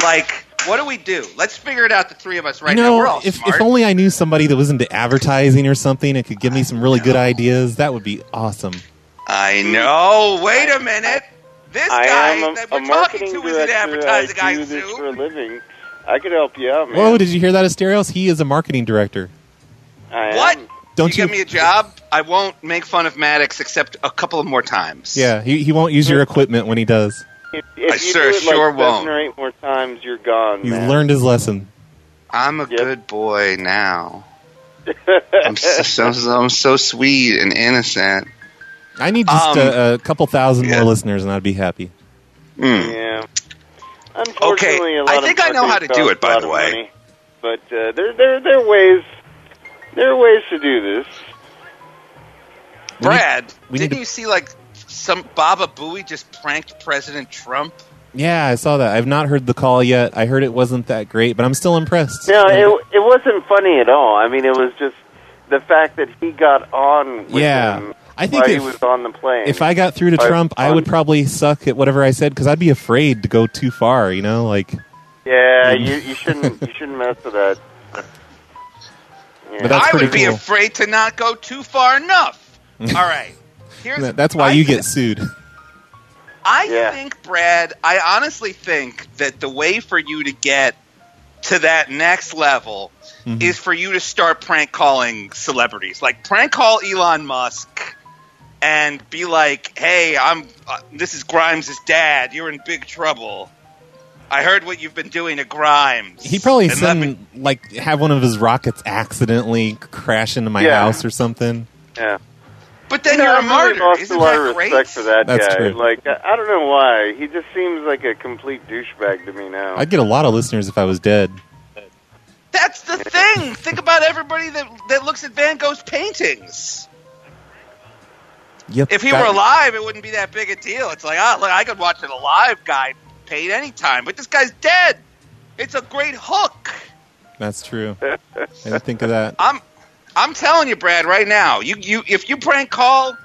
S3: Like, what do we do? Let's figure it out. The three of us right
S1: you
S3: now.
S1: know,
S3: We're all
S1: if,
S3: smart.
S1: if only I knew somebody that was into advertising or something and could give me some really good ideas, that would be awesome.
S3: I know. Wait a minute. This
S13: I
S3: guy
S13: am a,
S3: that
S13: a
S3: we're talking
S13: marketing
S3: to is an
S13: director.
S3: advertising
S13: I
S3: guy.
S13: do this for a living. I could help you out, man.
S1: Whoa, did you hear that, Asterios? He is a marketing director.
S13: I am.
S3: What?
S1: Don't
S3: you,
S1: you-
S3: give me a job? I won't make fun of Maddox except a couple of more times.
S1: Yeah, he, he won't use your equipment when he does.
S13: If,
S3: I
S13: if you
S3: sure-
S13: do it
S3: sure
S13: like
S3: won't.
S13: seven or eight more times, you're gone,
S1: He's
S13: man.
S1: learned his lesson.
S3: I'm a good boy
S13: [LAUGHS]
S3: now. I'm so, so, so- I'm so sweet and innocent.
S1: I need just
S3: Um,
S1: a, a couple thousand more listeners, and I'd be happy.
S3: Mm.
S13: Yeah. Unfortunately, a lot
S3: I
S13: of
S3: think I know how to
S13: marketing
S3: do
S13: costs
S3: it,
S13: a
S3: by
S13: lot
S3: the
S13: of
S3: way.
S13: money. But uh, there, there, there are ways. There are ways to do this.
S3: Brad,
S1: we need
S3: didn't
S1: to-
S3: you see like some Baba Booey just pranked President Trump?
S1: Yeah, I saw that. I've not heard the call yet. I heard it wasn't that great, but I'm still impressed.
S13: No, it it wasn't funny at all. I mean, it was just the fact that he got on. With
S1: Yeah.
S13: him
S1: I think
S13: while
S1: if-
S13: he was on the plane.
S1: If I got through to
S13: But
S1: Trump, I would probably suck at whatever I said because I'd be afraid to go too far. You know, like.
S13: yeah,
S1: Mm.
S13: you you shouldn't
S1: [LAUGHS]
S13: you shouldn't mess with that. Yeah.
S1: But that's
S3: I
S1: pretty
S3: would be
S1: cool.
S3: afraid to not go too
S1: [LAUGHS]
S3: far enough. All right. Here's
S1: That- That's why you get sued.
S3: I think, Brad, I honestly think that the way for you to get to that next level
S1: Mm-hmm.
S3: is for you to start prank calling celebrities. Like, prank call Elon Musk and be like, hey, I'm, uh, this is Grimes' dad. You're in big trouble. I heard what you've been doing to Grimes.
S1: He probably send like have one of his rockets accidentally crash into my
S13: Yeah.
S1: house or something.
S13: Yeah.
S3: But then
S13: you know,
S3: you're a
S13: I really
S3: martyr.
S13: Lost
S3: Isn't
S13: a lot
S3: that
S13: of
S3: great?
S13: respect for that
S1: That's
S13: guy.
S1: true.
S13: Like I, I don't know why he just seems like a complete douchebag to me now.
S1: I'd get a lot of listeners if I was dead.
S3: That's the thing. Think about everybody that, that looks at Van Gogh's paintings.
S1: Yep,
S3: If he
S1: that-
S3: were alive, it wouldn't be that big a deal. It's like, ah, look, I could watch an alive guy paid any time, but this guy's dead. It's a great hook.
S1: that's true. I didn't think of that.
S3: I'm I'm telling you, Brad, right now, you, you if you prank call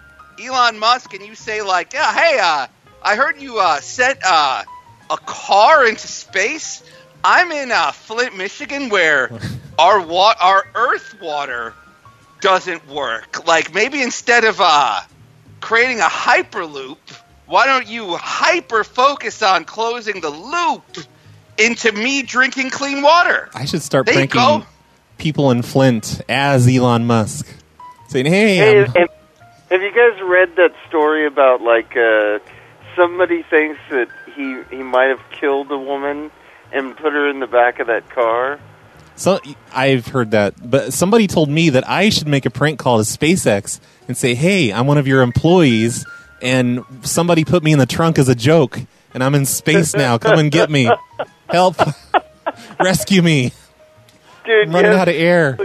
S3: Elon Musk and you say like, yeah, hey, uh, I heard you uh, sent uh, a car into space. I'm in uh, Flint, Michigan, where our wa- our Earth water doesn't work. Like maybe instead of uh, creating a hyperloop, why don't you hyper focus on closing the loop into me drinking clean water?
S1: I should start
S3: There you
S1: pranking
S3: go.
S1: people in Flint as Elon Musk, saying, "Hey,
S13: Hey,
S1: I'm-
S13: have, have you guys read that story about like uh, somebody thinks that he he might have killed a woman and put her in the back of that car?
S1: So I've heard that, but somebody told me that I should make a prank call to SpaceX and say, "Hey, I'm one of your employees, and somebody put me in the trunk as a joke, and I'm in space now. Come and get
S3: [LAUGHS]
S1: me, help, [LAUGHS] rescue me.
S13: Dude,
S1: I'm running
S13: yes,
S1: out of air."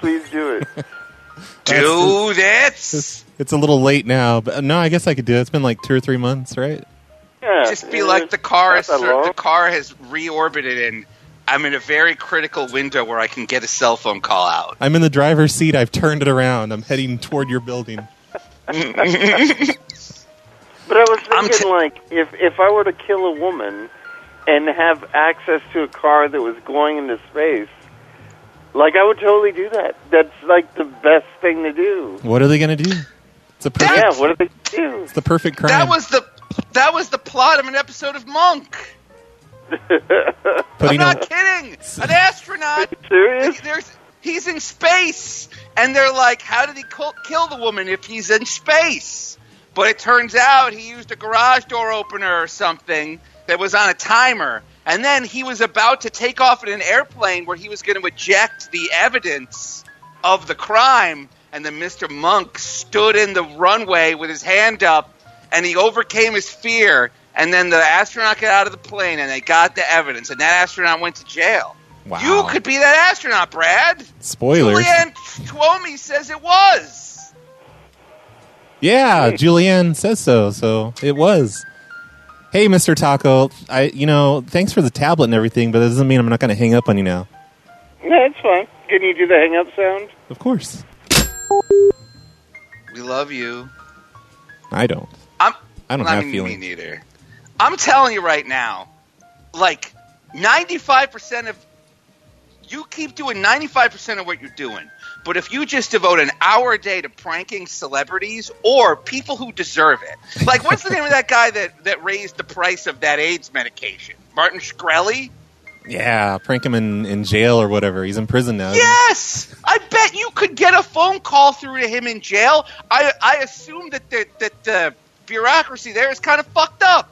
S13: please do it.
S3: Do this.
S1: It's, it's a little late now, but uh, no, I guess I could do it. It's been like two or three months, right?
S3: Just be like the car is
S13: not that
S3: the car has reorbited and I'm in a very critical window where I can get a cell phone call out.
S1: I'm in the driver's seat. I've turned it around. I'm heading toward your building.
S13: [LAUGHS] But I was thinking, like, if if I were to kill a woman and have access to a car that was going into space, like, I would totally do that. That's like the best thing to do.
S1: What are they going to do? It's a perfect.
S13: yeah, what do they do?
S1: It's the perfect crime.
S3: That was the that was the plot of an episode of Monk.
S1: Putting
S3: I'm
S1: a-
S3: not kidding. An astronaut.
S13: Serious?
S3: There's, he's in space, and they're like, "How did he kill, kill the woman if he's in space?" But it turns out he used a garage door opener or something that was on a timer, and then he was about to take off in an airplane where he was going to eject the evidence of the crime. And then Mr. Monk stood in the runway with his hand up and he overcame his fear. And then the astronaut got out of the plane, and they got the evidence, and that astronaut went to jail.
S1: Wow.
S3: You could be that astronaut, Brad.
S1: Spoilers.
S3: Julianne Twomey says it was.
S1: Yeah, Julianne says so, so it was. Hey, Mr. Taco, I you know, thanks for the tablet and everything, but that doesn't mean I'm not going to hang up on you now.
S13: No, it's fine. Can you do the hang up sound?
S1: Of course,
S3: We love you.
S1: I don't.
S3: I'm.
S1: I don't
S3: I
S1: have
S3: mean,
S1: feelings.
S3: Me neither. I'm telling you right now, like 95% of you keep doing 95% of what you're doing. But if you just devote an hour a day to pranking celebrities or people who deserve it, like what's the name of that guy that that raised the price of that AIDS medication? Martin Shkreli.
S1: Yeah, prank him in, in jail or whatever. He's in prison now.
S3: Yes, I bet you could get a phone call through to him in jail. I I assume that the that the bureaucracy there is kind of fucked up.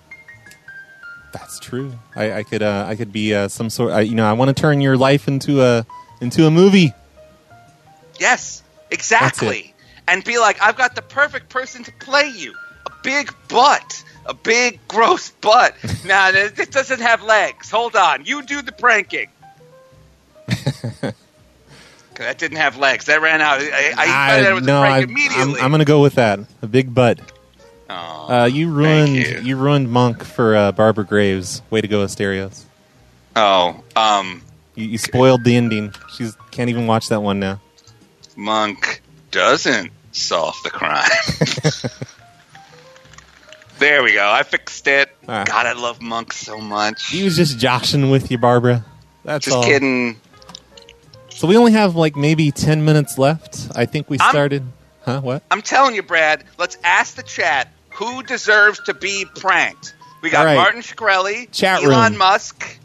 S1: That's true. I, I could uh, I could be uh, some sort. I, you know, I want to turn your life into a into a movie.
S3: Yes, exactly. And be like, I've got the perfect person to play you. A big butt. A big, gross
S1: [LAUGHS]
S3: butt. nah, this this doesn't have legs. Hold on. You do
S1: [LAUGHS]
S3: the pranking. 'Cause that didn't have legs. That ran out. I,
S1: I-
S3: I thought that was
S1: no,
S3: a prank
S1: I,
S3: immediately.
S1: am going to go with that. A big butt. uh, you ruined you. ruined Monk for uh, Barbara Graves. Way to go, Asterios.
S3: oh, um,
S1: You, you spoiled the ending. She's can't even watch that one now.
S3: Monk doesn't solve
S1: [LAUGHS]
S3: the crime. there we go. I fixed it.
S1: Ah.
S3: God, I love Monk so much.
S1: He was just joshing with you, Barbara. That's
S3: Just
S1: all.
S3: kidding.
S1: So we only have like maybe ten minutes left. I think we started. huh? What?
S3: I'm telling you, Brad, let's ask the chat who deserves to be pranked. We
S1: All
S3: got
S1: right.
S3: Martin Shkreli,
S1: Chat
S3: Elon
S1: room.
S3: Musk.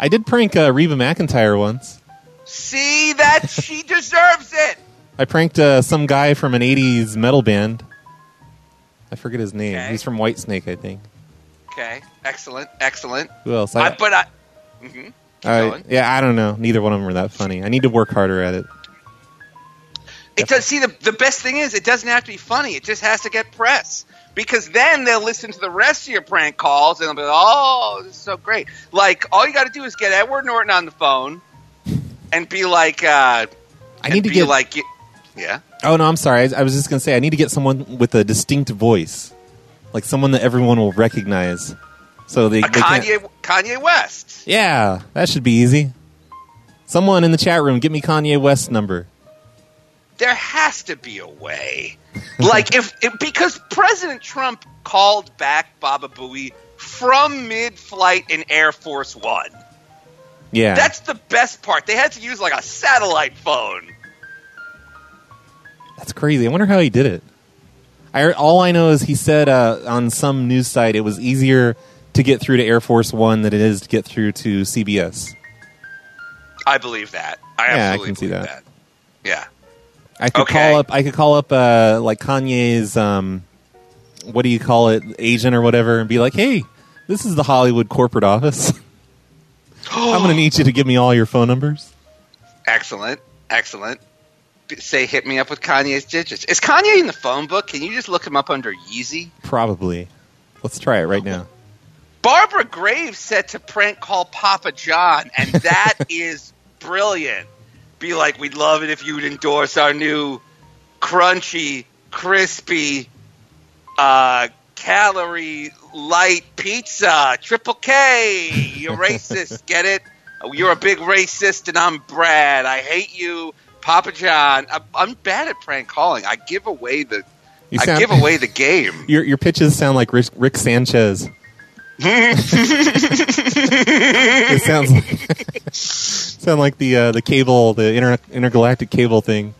S1: I did prank uh, Reba McIntyre once.
S3: See that she deserves it.
S1: I pranked uh, some guy from an '80s metal band. I forget his name. He's from Whitesnake, I think.
S3: Okay, excellent, excellent.
S1: Who else?
S3: I,
S1: I-
S3: but I, mhm.
S1: I, yeah, I don't know. Neither one of them were that funny. I need to work harder at it.
S3: it does. See, the the best thing is it doesn't have to be funny. It just has to get press because then they'll listen to the rest of your prank calls and they'll be like, "Oh, this is so great!" Like all you got to do is get Edward Norton on the phone and be like, uh,
S1: I need to
S3: be
S1: get.
S3: like, y- yeah.
S1: oh no, I'm sorry. I, I was just gonna say I need to get someone with a distinct voice, like someone that everyone will recognize. So they,
S3: A
S1: they can't.
S3: Kanye Kanye West.
S1: Yeah, that should be easy. Someone in the chat room, get me Kanye West's number.
S3: there has to be
S1: [LAUGHS]
S3: a way. like if, if because President Trump called back Baba Booey from mid-flight in Air Force One.
S1: Yeah.
S3: That's the best part. They had to use like a satellite phone.
S1: That's crazy. I wonder how he did it. I, all I know is he said uh, on some news site it was easier to get through to Air Force One than it is to get through to CBS.
S3: I believe that. I
S1: yeah, I
S3: absolutely
S1: can see that.
S3: yeah.
S1: I could call up. I could call up uh, like Kanye's. Um, what do you call it? Agent or whatever, and be like, "Hey, this is the Hollywood corporate office. [LAUGHS] I'm
S3: [GASPS]
S1: going to need you to give me all your phone numbers."
S3: Excellent. Excellent. B- Say hit me up with Kanye's digits. Is Kanye in the phone book? Can you just look him up under Yeezy?
S1: Probably. Let's try it right now.
S3: Barbara Graves said to prank call Papa John,
S1: [LAUGHS]
S3: and that is brilliant. Be like, we'd love it if you'd endorse our new crunchy, crispy, uh, calorie light pizza, triple K.
S1: [LAUGHS]
S3: You're racist, get it? You're a big racist, and I'm Brad. I hate you, Papa John. I'm, I'm bad at prank calling. I give away the,
S1: You
S3: I
S1: sound-
S3: give away the game.
S1: [LAUGHS]
S3: [LAUGHS]
S1: Your your pitches sound like Rick, Rick Sanchez. It [LAUGHS]
S3: it
S1: sounds like, [LAUGHS] sound like the uh, the cable, the inter, intergalactic cable thing.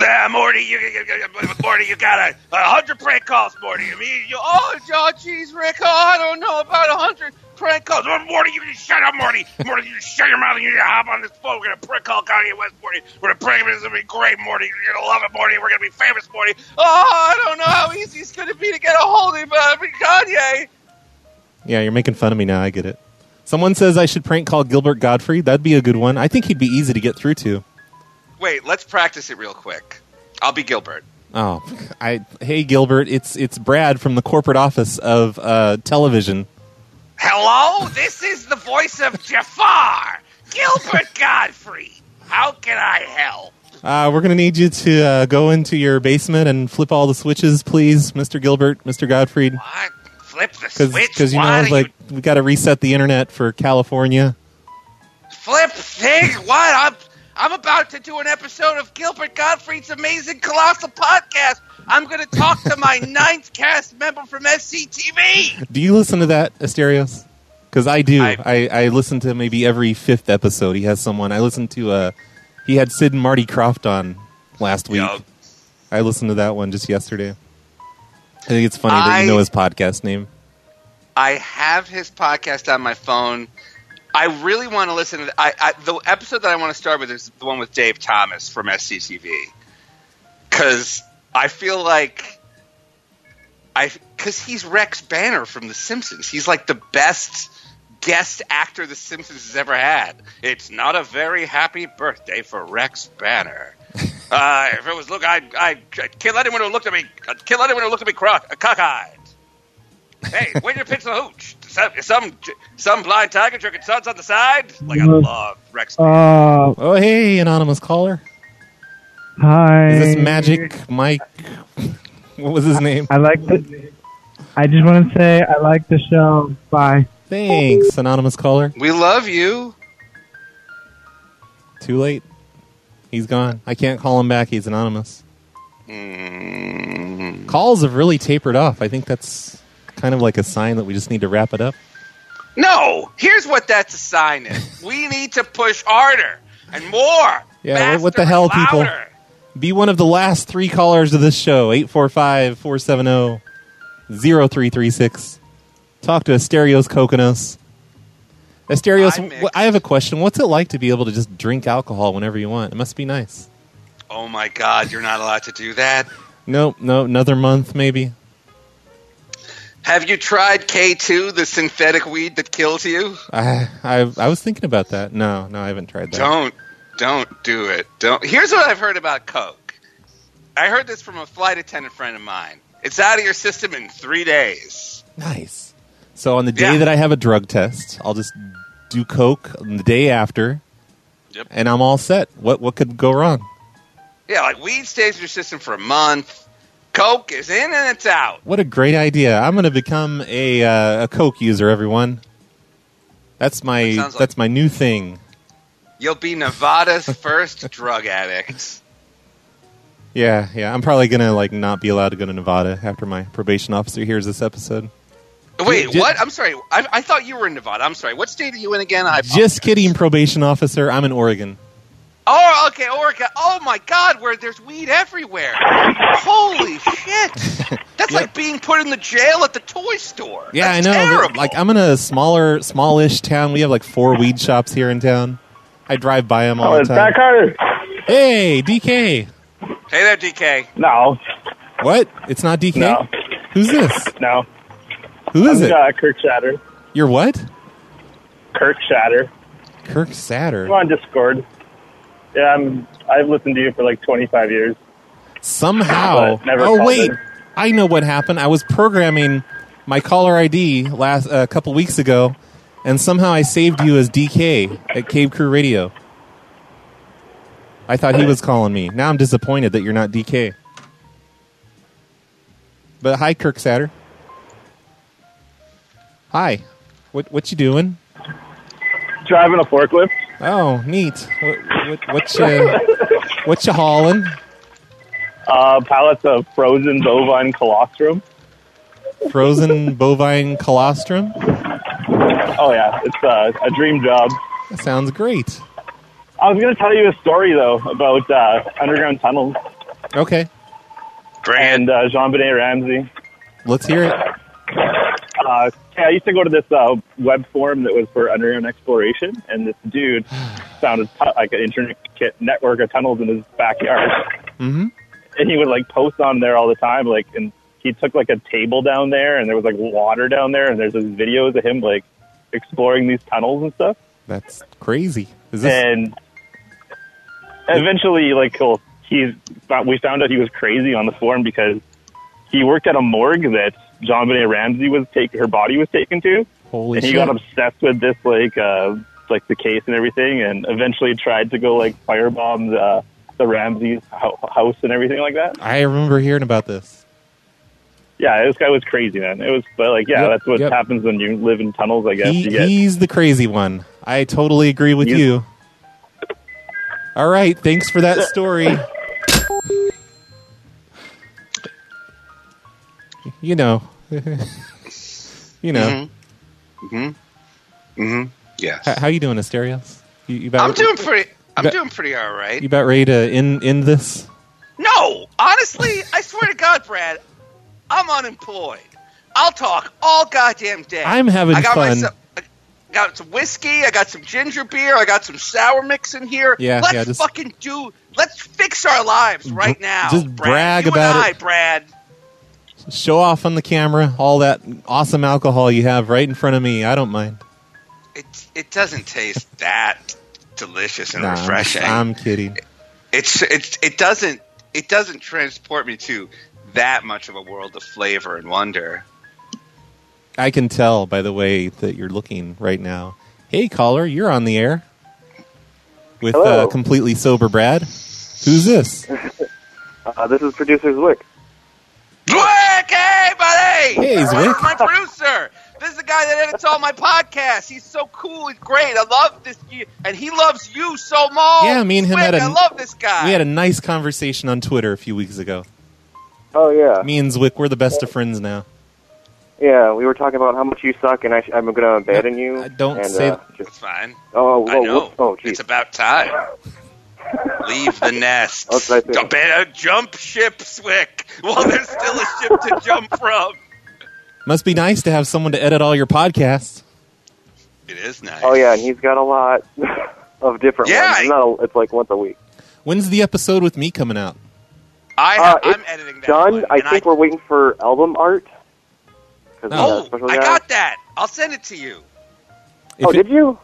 S3: Ah, Morty, you, you, you- Morty, you got a a hundred prank calls, Morty. I mean, you, oh, oh, jeez, Rick, oh, I don't know about a hundred prank calls. Oh, Morty, you just shut up, Morty. Morty, you just shut your mouth. and You need to hop on this phone. We're gonna prank call Kanye West, Morty. We're gonna prank him. It's gonna be great, Morty. You're gonna love it, Morty. We're gonna be famous, Morty. Oh, I don't know how easy it's gonna be to get a hold of him, uh, Kanye.
S1: Yeah, you're making fun of me now. I get it. Someone says I should prank call Gilbert Godfrey. That'd be a good one. I think he'd be easy to get through to.
S3: Wait, let's practice it real quick. I'll be Gilbert.
S1: Oh, I hey Gilbert, it's it's Brad from the corporate office of uh, television.
S3: Hello, this is the voice of Jafar, Gilbert Godfrey. How can I help?
S1: Uh, we're gonna need you to uh, go into your basement and flip all the switches, please, Mister Gilbert, Mister Godfrey.
S3: What? Flip the switch?
S1: Because you
S3: Why
S1: know,
S3: do
S1: like we got to reset the internet for California.
S3: Flip thing? What? I'm I'm about to do an episode of Gilbert Gottfried's amazing colossal podcast. I'm going to talk to my ninth cast member from SCTV.
S1: Do you listen to that, Asterios? Because I do. I, I, listen to maybe every fifth episode. He has someone. I listened to. Uh, he had Sid and Marty Croft on last week. I listened to that one just yesterday. I think it's funny that
S3: I-
S1: you know his podcast name.
S3: I have his podcast on my phone. I really want to listen to th- I, I, the episode that I want to start with is the one with Dave Thomas from SCTV because I feel like I because he's Rex Banner from The Simpsons. He's like the best guest actor The Simpsons has ever had. It's not a very happy birthday for Rex
S1: [LAUGHS]
S3: Banner. uh, if it was look, I'd, I'd, I'd kill anyone who looked at me. I'd kill anyone who looked at me croc, cockeyed. hey, when you pitch the hooch, some some, some blind tiger drinking suds on the side. Like I
S1: Mm-hmm.
S14: Mm-hmm.
S3: love Rex.
S1: Uh, oh, hey, anonymous caller.
S14: Hi.
S1: Is this Magic Mike? [LAUGHS] What was his name?
S14: I like the. I just want to say I like the show. Bye.
S1: Thanks, anonymous caller.
S3: We love you.
S1: Too late. He's gone. I can't call him back. He's anonymous. Calls have really tapered off. I think that's kind of like a sign that we just need to wrap it up.
S3: No, here's what that's a sign is. we need to push harder and more.
S1: Yeah, what- what the hell, people? Be one of the last three callers of this show 845 470 0336. Talk to Asterios Kokonos. Asterios, wh- I have a question. What's it like to be able to just drink alcohol whenever you want? It must be nice.
S3: Oh my God, you're not allowed to do that.
S1: Nope, no, another month maybe.
S3: Have you tried K2, the synthetic weed that kills you?
S1: I, I, I was thinking about that. No, no, I haven't tried that.
S3: Don't, don't do it. Don't. Here's what I've heard about coke. I heard this from a flight attendant friend of mine. It's out of your system in three days.
S1: Nice. So on the day that I have a drug test, I'll just do coke on the day after, and I'm all set. What what could go wrong?
S3: Yeah, like weed stays in your system for a month. Coke is in and it's out.
S1: What a great idea! I'm going to become a uh, a coke user. Everyone, that's my
S3: That sounds like-
S1: that's my new thing. [LAUGHS]
S3: You'll be Nevada's first drug addict.
S1: Yeah, yeah. I'm probably gonna like not be allowed to go to Nevada after my probation officer hears this episode.
S3: Wait, what? I'm sorry. I, I thought you were in Nevada. I'm sorry. What state are you in again? I
S1: Just kidding, probation officer. I'm in Oregon.
S3: Oh, okay, Orica. Oh my God, where there's weed everywhere.
S1: [LAUGHS]
S3: Holy shit! That's like being put in the jail at the toy store.
S1: Yeah, I know. but, Like I'm in a smaller, smallish town. We have like four weed shops here in town. I drive by them all
S15: Oh,
S1: the
S15: it's
S1: time.
S15: Doc Carter.
S1: Hey, DK.
S3: Hey there, DK.
S15: No.
S1: What? It's not DK.
S15: No.
S1: Who's this?
S15: No.
S1: Who is
S15: I'm,
S1: it?
S15: Uh, Kirk Shatter.
S1: You're what?
S15: Kirk Shatter.
S1: Kirk Satter.
S15: I'm on Discord. Yeah, I'm, I've listened to you for like 25 years.
S1: Somehow.
S15: But never
S1: oh
S15: called
S1: wait,
S15: in.
S1: I know what happened. I was programming my caller ID last a couple weeks ago, and somehow I saved you as DK at Cave Crew Radio. I thought he was calling me. Now I'm disappointed that you're not DK. But hi, Kirk Satter. Hi, what what you doing?
S15: Driving a forklift.
S1: Oh, neat. What what what you what you hauling?
S15: [LAUGHS] Uh, pallets of frozen bovine colostrum.
S1: Frozen bovine colostrum.
S15: Oh, yeah. It's uh, a dream job.
S1: That sounds great.
S15: I was going to tell you a story, though, about uh, underground tunnels
S1: Okay,
S15: and uh, Jean Benet Ramsey.
S1: let's hear it.
S15: Uh, yeah, I used to go to this uh, web forum that was for underground exploration, and this dude found a tu- like an intricate network of tunnels in his backyard,
S1: Mm-hmm.
S15: and he would like post on there all the time. Like, and he took like a table down there, and there was like water down there, and there's these videos of him like exploring these tunnels and stuff.
S1: That's crazy. Is this
S15: and eventually, like, he'll, he's we found out he was crazy on the forum because he worked at a morgue that John Benet Ramsey was take her body was taken to,
S1: holy
S15: and he
S1: shit?
S15: got obsessed with this, like, uh, like the case and everything, and eventually tried to go like firebomb the the Ramsey's ho- house and everything like that.
S1: I remember hearing about this.
S15: Yeah, this guy was crazy, man. It was, but like, yeah,
S1: Yep,
S15: that's what
S1: yep.
S15: happens when you live in tunnels, I guess.
S1: He,
S15: you get
S1: he's the crazy one. I totally agree with
S15: He's-
S1: you. All right, thanks for that story. you know, [LAUGHS] you know.
S3: Mm-hmm. Mm-hmm. Yes.
S1: How, how you doing, Asterios? You, you about,
S3: I'm doing pretty. I'm
S1: But-
S3: doing pretty all right.
S1: You about ready to end end this?
S3: No, honestly, I swear to God, Brad, I'm unemployed. I'll talk all goddamn day.
S1: I'm having
S3: I got
S1: fun.
S3: myself- I got some whiskey. I got some ginger beer. I got some sour mix in here.
S1: Yeah,
S3: let's
S1: yeah, just-
S3: fucking do. Let's fix our lives right now.
S1: just brag
S3: Brad. you
S1: about
S3: and I,
S1: it.
S3: Brad.
S1: Show off on the camera all that awesome alcohol you have right in front of me. I don't mind.
S3: It doesn't taste that delicious and
S1: Nah, I'm-
S3: refreshing.
S1: I'm kidding.
S3: it's it it doesn't it doesn't transport me to that much of a world of flavor and wonder.
S1: I can tell by the way that you're looking right now. Hey, caller, you're on the air with uh,
S16: Hello.
S1: completely sober Brad. Who's this?
S16: [LAUGHS] Uh, this is producer Zwick.
S3: Zwick, hey buddy!
S1: Hey,
S3: This is
S1: Zwick.
S3: my producer. This is the guy that edits all my podcasts. He's so cool and great. I love this, and he loves you so much.
S1: yeah, me and him
S3: Zwick,
S1: had a.
S3: I love this guy.
S1: We had a nice conversation on Twitter a few weeks ago.
S16: Oh yeah,
S1: Me and Zwick, we're the best of friends now.
S16: yeah. We were talking about how much you suck, and I sh- I'm going to abandon you. I
S1: don't say-
S3: That's fine.
S16: Oh,
S3: I
S16: whoa,
S3: know.
S16: whoops. oh, geez.
S3: It's about time. Leave the nest. Don't better jump ship, [LAUGHS] Swick. While there's still a ship to jump from.
S1: Must be nice to have someone to edit all your podcasts.
S3: It is nice.
S16: Oh yeah, and he's got a lot [LAUGHS] of different
S3: Yeah,
S16: ones. It's, not a, it's like once a week.
S1: When's the episode with me coming out?
S3: I
S16: uh, I'm editing that done. I think we're waiting for album art. 'Cause we got a
S3: Oh,
S16: special
S3: I
S16: guy.
S3: got that. I'll send it to you.
S16: Oh, did you?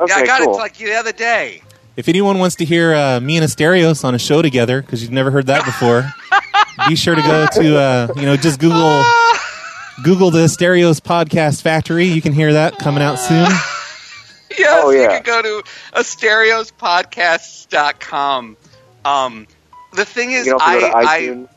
S16: Okay,
S3: yeah, I got
S16: cool.
S3: it like the other day.
S1: If anyone wants to hear uh, me and Asterios on a show together, because you've never heard that
S16: [LAUGHS]
S1: before, be sure to go to uh, you know just Google Google the Asterios Podcast Factory. You can hear that coming out soon.
S3: Yes,
S1: Oh,
S3: you
S1: yeah.
S3: can go to astereospodcasts.com. Um, the thing is,
S16: You can also go to
S3: I,
S16: iTunes.
S3: I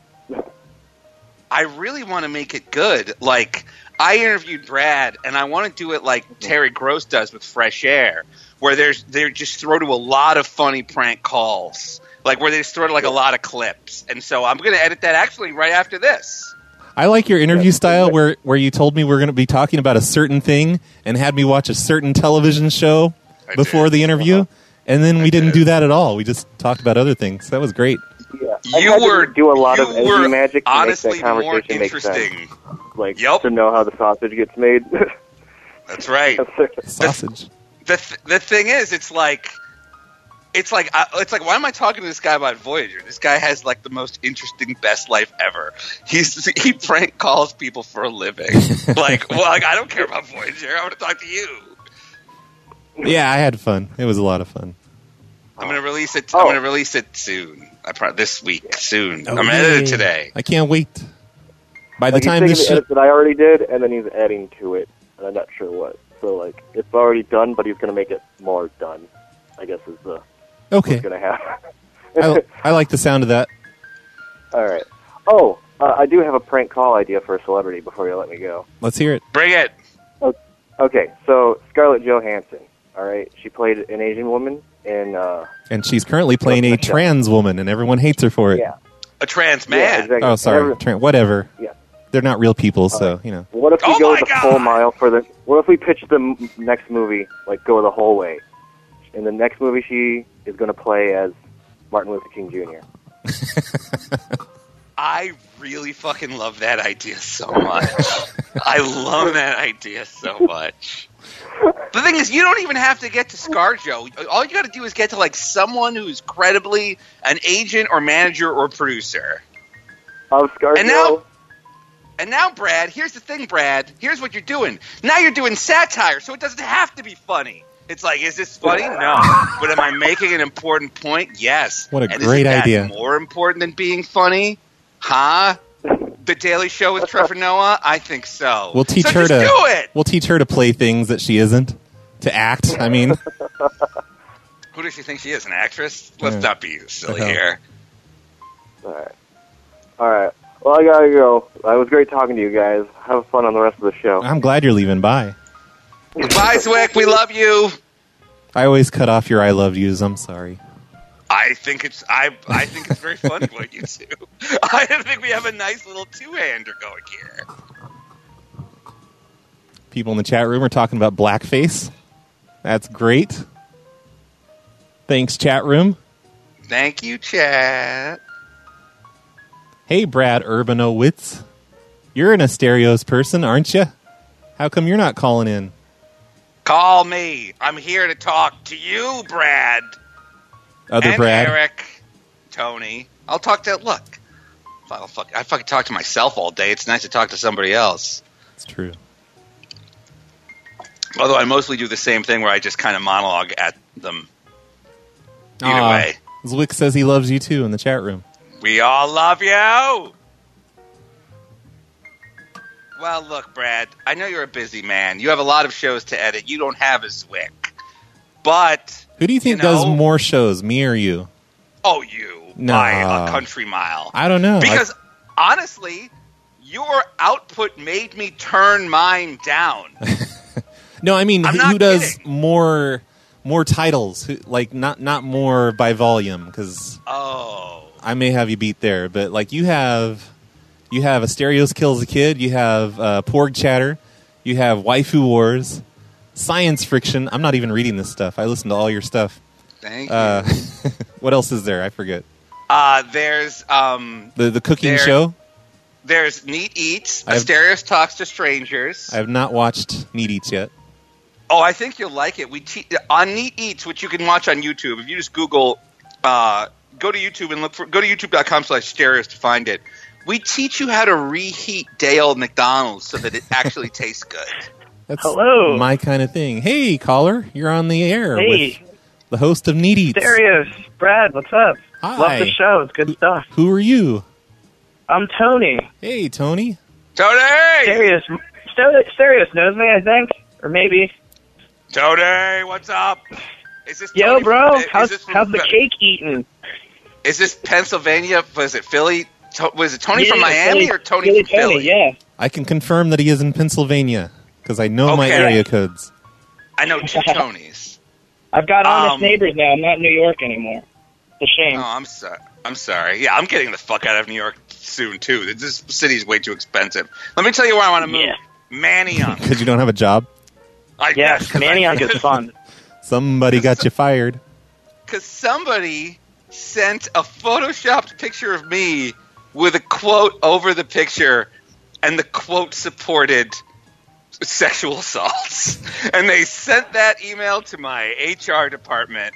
S3: I really want to make it good. Like I interviewed Brad, and I want to do it like Terry Gross does with Fresh Air, where there's they just throw to a lot of funny prank calls like where they just throw in, like a lot of clips. And so I'm going to edit that actually right after this.
S1: I like your interview style where, where you told me we're going to be talking about a certain thing and had me watch a certain television show before the interview.
S16: Uh-huh.
S1: And then we didn't do that at all. We just talked about other things. That was great.
S16: Yeah. You
S3: were
S16: do a lot of
S3: you were
S16: energy magic to
S3: honestly
S16: make that conversation
S3: more
S16: make sense.
S3: interesting.
S16: Like to know how the sausage gets made.
S3: [LAUGHS]
S16: [LAUGHS]
S3: That's right.
S1: sausage.
S3: the th- the thing is, it's like, it's like, I, it's like, why am I talking to this guy about Voyager? This guy has like the most interesting, best life ever. He's he prank calls people for a living. like, well, like, I don't care about Voyager. I want to talk to you.
S1: Yeah, I had fun. It was a lot of fun.
S3: I'm gonna release it. I'm gonna release it soon. I probably this week
S1: Oh,
S3: soon. I'm gonna edit
S1: [LAUGHS]
S3: it today.
S1: I can't wait. By the
S16: Like, he's
S1: time
S16: taking
S1: this
S16: the
S1: shit,
S16: edits that I already did, and then he's adding to it, and I'm not sure what. So like it's already done, but he's going to make it more done. I guess is the
S1: Okay.
S16: what's going to happen. [LAUGHS]
S1: I, I like the sound of that.
S16: All right. Oh, uh, I do have a prank call idea for a celebrity before you let me go.
S1: Let's hear it.
S3: Bring it.
S16: Okay, so Scarlett Johansson. All right, she played an Asian woman in. Uh,
S1: And she's currently playing a trans woman, and everyone hates her for it.
S16: Yeah.
S3: A trans
S16: man.
S1: Oh, sorry. Tran whatever.
S16: Yeah.
S1: They're not real people, so you know.
S16: What if
S3: Oh
S16: we go the full mile for the? What if we pitch the m- next movie like go the whole way? In the next movie, she is going to play as Martin Luther King Jr.
S3: I really fucking love that idea so much. I love that idea so much. The thing is, you don't even have to get to ScarJo. All you got to do is get to like someone who's credibly an agent or manager or producer.
S16: Of ScarJo.
S3: And now, and now, Brad. Here's the thing, Brad. Here's what you're doing. Now you're doing satire, so it doesn't have to be funny. It's like, is this funny? No. but am I making an important point? Yes.
S1: What a
S3: And
S1: great
S3: isn't that
S1: idea.
S3: More important than being funny, huh? The Daily Show with Trevor Noah. I think so.
S1: We'll teach
S3: Oh, So
S1: her
S3: just
S1: to.
S3: do it.
S1: We'll teach her to play things that she isn't, to act. I mean,
S3: Who does she think she is? An actress? Let's
S1: Yeah. Uh-huh.
S3: not be silly
S1: Yeah.
S3: here.
S16: All right. All right. Well, I gotta go. Uh, It was great talking to you guys. Have fun on the rest of the show.
S1: I'm glad you're leaving. Bye.
S3: Bye, Zwick. We love you.
S1: I always cut off your "I love yous." I'm sorry.
S3: I think it's I I think it's very funny what you do. [LAUGHS] I think we have a nice little two-hander going here.
S1: People in the chat room are talking about blackface. That's great. Thanks, chat room.
S3: Thank you, chat.
S1: Hey, Brad Urbanowitz. You're an Asterios person, aren't you? How come you're not calling in?
S3: Call me. I'm here to talk to you, Brad.
S1: Other
S3: and
S1: Brad.
S3: Eric, Tony. I'll talk to look. I'll fuck, I fucking talk to myself all day. It's nice to talk to somebody else.
S1: It's true.
S3: Although I mostly do the same thing where I just kind of monologue at them. Either
S1: Aw,
S3: way,
S1: Ah, Zwick says he loves you too in the chat room.
S3: we all love you. Well, look, Brad. I know you're a busy man. You have a lot of shows to edit. You don't have a Zwick, but
S1: Who do you think does more shows, me or you?
S3: oh, you
S1: No.
S3: by a country mile.
S1: I don't know. Oh, I-
S3: Because honestly, your output made me turn mine down.
S1: no, I mean, who, who does more more titles? Who, like not not more by volume because
S3: oh,
S1: I may have you beat there, but like you have you have Asterios kills a kid, you have uh, Porg Chatter, you have Waifu Wars, Science Friction. I'm not even reading this stuff. I listen to all your stuff.
S3: Thank
S1: Uh, [LAUGHS] what else is there? I forget.
S3: Uh, there's um,
S1: The the cooking
S3: There-
S1: show.
S3: there's Neat Eats.
S1: I've-
S3: Asterios talks to strangers.
S1: I have not watched Need Eats yet.
S3: Oh, I think you'll like it. We te- on Neat Eats, which you can watch on YouTube. If you just Google, uh, go to YouTube and look for go to YouTube.com/stereos to find it. We teach you how to reheat day old McDonald's so that it actually [LAUGHS] tastes good.
S1: That's
S17: Hello.
S1: my kind of thing. Hey, caller, you're on the air
S17: Hey.
S1: with the host of Need Eats.
S17: Darius, Brad, what's up?
S1: Hi.
S17: Love the show. It's good stuff.
S1: Who are you?
S17: I'm Tony.
S1: Hey, Tony.
S3: Tony!
S17: Darius, Darius knows me, I think. Or maybe.
S3: Tony, what's up? Is this
S17: Yo,
S3: Tony
S17: bro,
S3: from- is
S17: how's,
S3: this from-
S17: how's the cake eating?
S3: Is this Pennsylvania? Was it Philly? To- was it Tony
S17: Yeah,
S3: from Miami
S17: Philly-
S3: or Tony
S17: Philly
S3: from Philly?
S17: Yeah.
S1: I can confirm that he is in Pennsylvania because I know my
S3: Okay.
S1: area codes.
S17: [LAUGHS]
S3: I know two Tonys.
S17: I've got honest
S3: Um,
S17: neighbors now. I'm not in New York anymore.
S9: It's a shame.
S3: Oh, I'm sorry. I'm sorry. Yeah, I'm getting the fuck out of New York soon too. This city's way too expensive. Let me tell you why I want to move.
S1: [LAUGHS]
S3: Manioc.
S1: because you don't have a job.
S3: I yes,
S1: Manioc
S3: [LAUGHS]
S1: is fun. Somebody got you fired.
S3: because somebody sent a photoshopped picture of me with a quote over the picture, and the quote supported sexual assaults. [LAUGHS] And they sent that email to my HR department,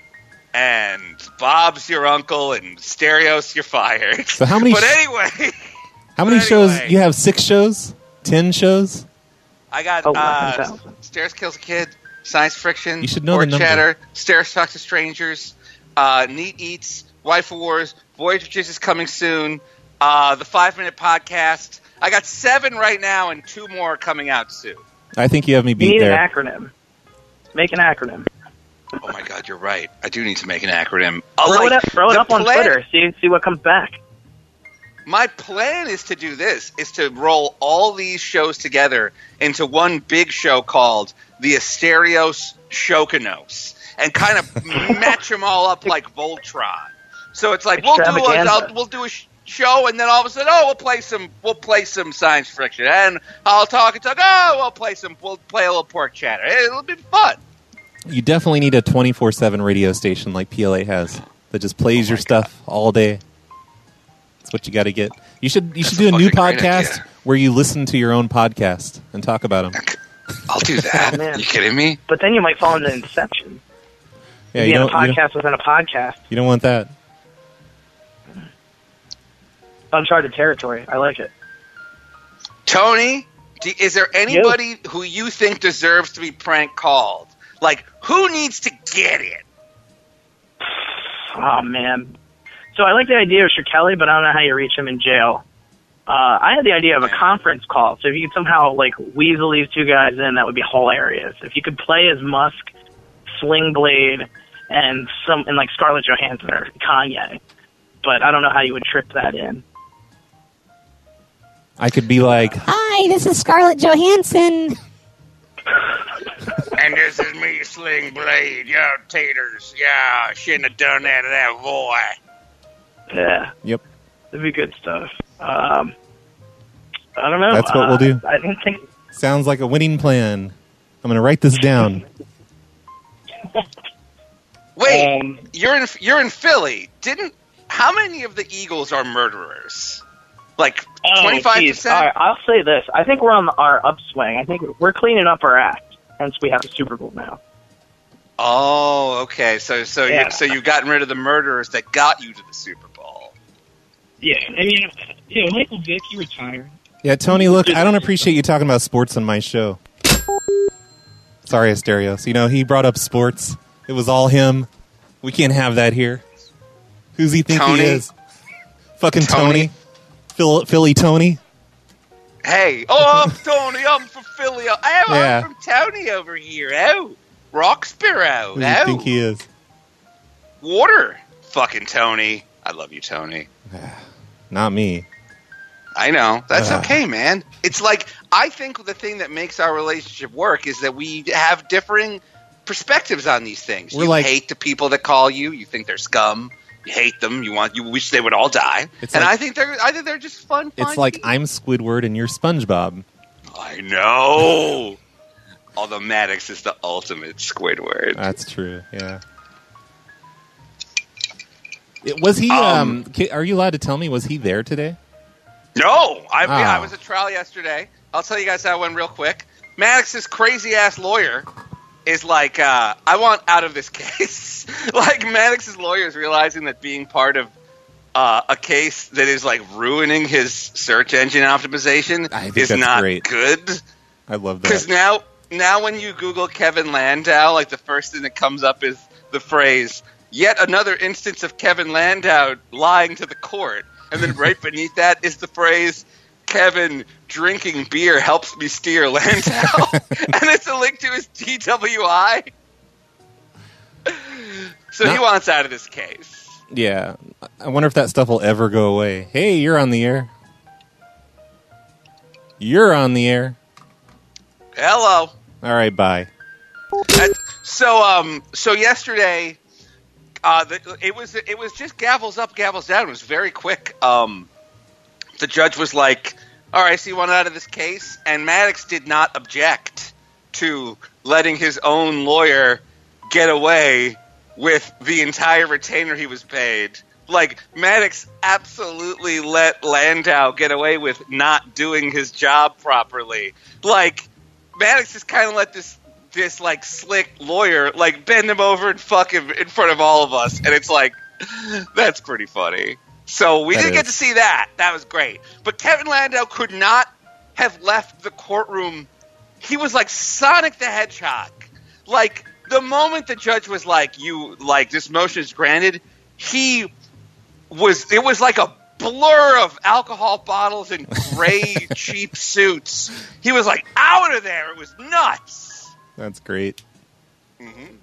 S3: and Bob's your uncle, and Stereos, you're fired.
S1: So how many
S3: [LAUGHS] But
S1: sh-
S3: anyway,
S1: How many shows? You have six shows, ten shows.
S3: I got
S17: Oh,
S3: uh, Stairs Kills a Kid, Science Friction,
S1: You should know
S3: Or
S1: the number.
S3: Chatter, Stairs Talks to Strangers, uh, Neat Eats, Wife of Wars, Voyage of Jesus is coming soon, uh, the Five Minute Podcast. I got seven right now and two more coming out soon.
S1: I think you have me
S17: You
S1: beat
S17: need
S1: there.
S17: an acronym. Make an acronym.
S3: Oh my God, you're right. I do need to make an acronym.
S17: throw
S3: like,
S17: it up, throw it
S3: the
S17: up on
S3: plan-
S17: Twitter. See, see what comes back.
S3: My plan is to do this: is to roll all these shows together into one big show called the Asterios Shokonos, and kind of match them all up like Voltron. So it's like we'll do a,
S17: Extravaganza.
S3: I'll, we'll do a sh- show, and then all of a sudden, oh, we'll play some we'll play some science friction, and I'll talk and talk. Oh, we'll play some we'll play a little pork chatter. It'll be fun.
S1: You definitely need a twenty four seven radio station like PLA has that just plays
S3: Oh
S1: your stuff all day. That's what you got to get. You should you should do a new
S3: fucking great
S1: podcast where you listen to your own podcast and talk about them.
S3: I'll
S17: [LAUGHS]
S3: do that. you kidding me?
S17: Oh, But then you might fall into Inception.
S1: Yeah, you
S17: Being a
S1: don't, you, don't,
S17: podcast within a podcast.
S1: you don't want that.
S17: Uncharted territory. I like it.
S3: Tony, do, is there anybody who you think deserves to be prank called? Like, who needs to get it?
S17: Oh man. So I like the idea of Shirkelly, but I don't know how you reach him in jail. Uh, I had the idea of a conference call. So if you could somehow like weasel these two guys in, that would be hilarious. If you could play as Musk, Sling Blade, and some and like Scarlett Johansson or Kanye, but I don't know how you would trip that in.
S1: I could be like,
S18: Hi, this is Scarlett Johansson.
S3: and this is me, Sling Blade. Yo, taters. Yeah, shouldn't have done that to that boy.
S17: Yeah.
S1: Yep.
S17: That'd be good stuff. Um, I don't know.
S1: That's what we'll
S17: Uh,
S1: do.
S17: I don't think
S1: sounds like a winning plan. I'm going to write this down.
S3: Wait, you're in you're in Philly. Didn't how many of the Eagles are murderers? Like
S17: Oh,
S3: twenty five
S17: geez. All right,
S3: percent.
S17: I'll say this. I think we're on the, our upswing. I think we're cleaning up our act, hence we have a Super Bowl now.
S3: Oh, okay. So so
S17: Yeah.
S3: you so you've gotten rid of the murderers that got you to the Super Bowl.
S17: Yeah, I mean, you know, Michael Vick, he retired.
S1: Yeah, Tony, look, I don't appreciate you talking about sports on my show. Sorry, Asterios. You know, he brought up sports. It was all him. We can't have that here. Who's he think
S3: Tony?
S1: he is? Fucking Tony. Phil, Philly Tony.
S3: Hey, oh, I'm Tony. I'm from Philly. Oh,
S1: Yeah.
S3: I'm from Tony over here. Oh, Roxborough.
S1: Who do you
S3: Oh,
S1: think he is?
S3: water. Fucking Tony. I love you, Tony. Oh,
S1: Not me.
S3: I know. That's
S1: Ah.
S3: okay, man. It's like I think the thing that makes our relationship work is that we have differing perspectives on these things.
S1: We're
S3: you
S1: like-
S3: hate the people that call you. You think they're scum. You hate them. You want. You wish they would all die.
S1: It's
S3: and
S1: like-
S3: I think they're. I think they're just fun.
S1: It's
S3: fun
S1: like I'm Squidward and you're SpongeBob.
S3: I know. Although Maddox is the ultimate Squidward.
S1: That's true. Yeah. It, was he?
S3: Um,
S1: Um, ca- are you allowed to tell me? Was he there today?
S3: No, I, yeah, I
S1: Oh.
S3: was at trial yesterday. I'll tell you guys that one real quick. Maddox's crazy ass lawyer is like, uh, I want out of this [LAUGHS] case. like Maddox's lawyer is realizing that being part of uh, a case that is like ruining his search engine optimization
S1: I think
S3: is
S1: that's
S3: not
S1: great.
S3: good.
S1: I love that.
S3: Because now, now when you Google Kevin Landau, like the first thing that comes up is the phrase "yet another instance of Kevin Landau lying to the court," and then right beneath that is the phrase "Kevin drinking beer helps me steer Landau," and it's a link to his DWI. So he
S1: Not-
S3: wants out of this case.
S1: Yeah. I- I wonder if that stuff will ever go away. Hey, you're on the air. You're on the air.
S3: Hello.
S1: All right, bye.
S3: That's, so um so yesterday Uh, the, it was it was just gavels up, gavels down. It was very quick. Um, the judge was like, "All right, so you want out of this case?" And Maddox did not object to letting his own lawyer get away with the entire retainer he was paid. Like Maddox absolutely let Landau get away with not doing his job properly. Like Maddox just kind of let this this like slick lawyer like bend him over and fuck him in front of all of us, and it's like that's pretty funny. So we
S19: That
S3: did get
S19: is.
S3: to see that. That was great. But Kevin Landau could not have left the courtroom. He was like Sonic the Hedgehog. Like the moment the judge was like, "You like this motion is granted," he was. It was like a blur of alcohol bottles and gray
S19: [LAUGHS]
S3: cheap suits. He was like out of there. It was nuts.
S1: That's great.
S3: Mhm.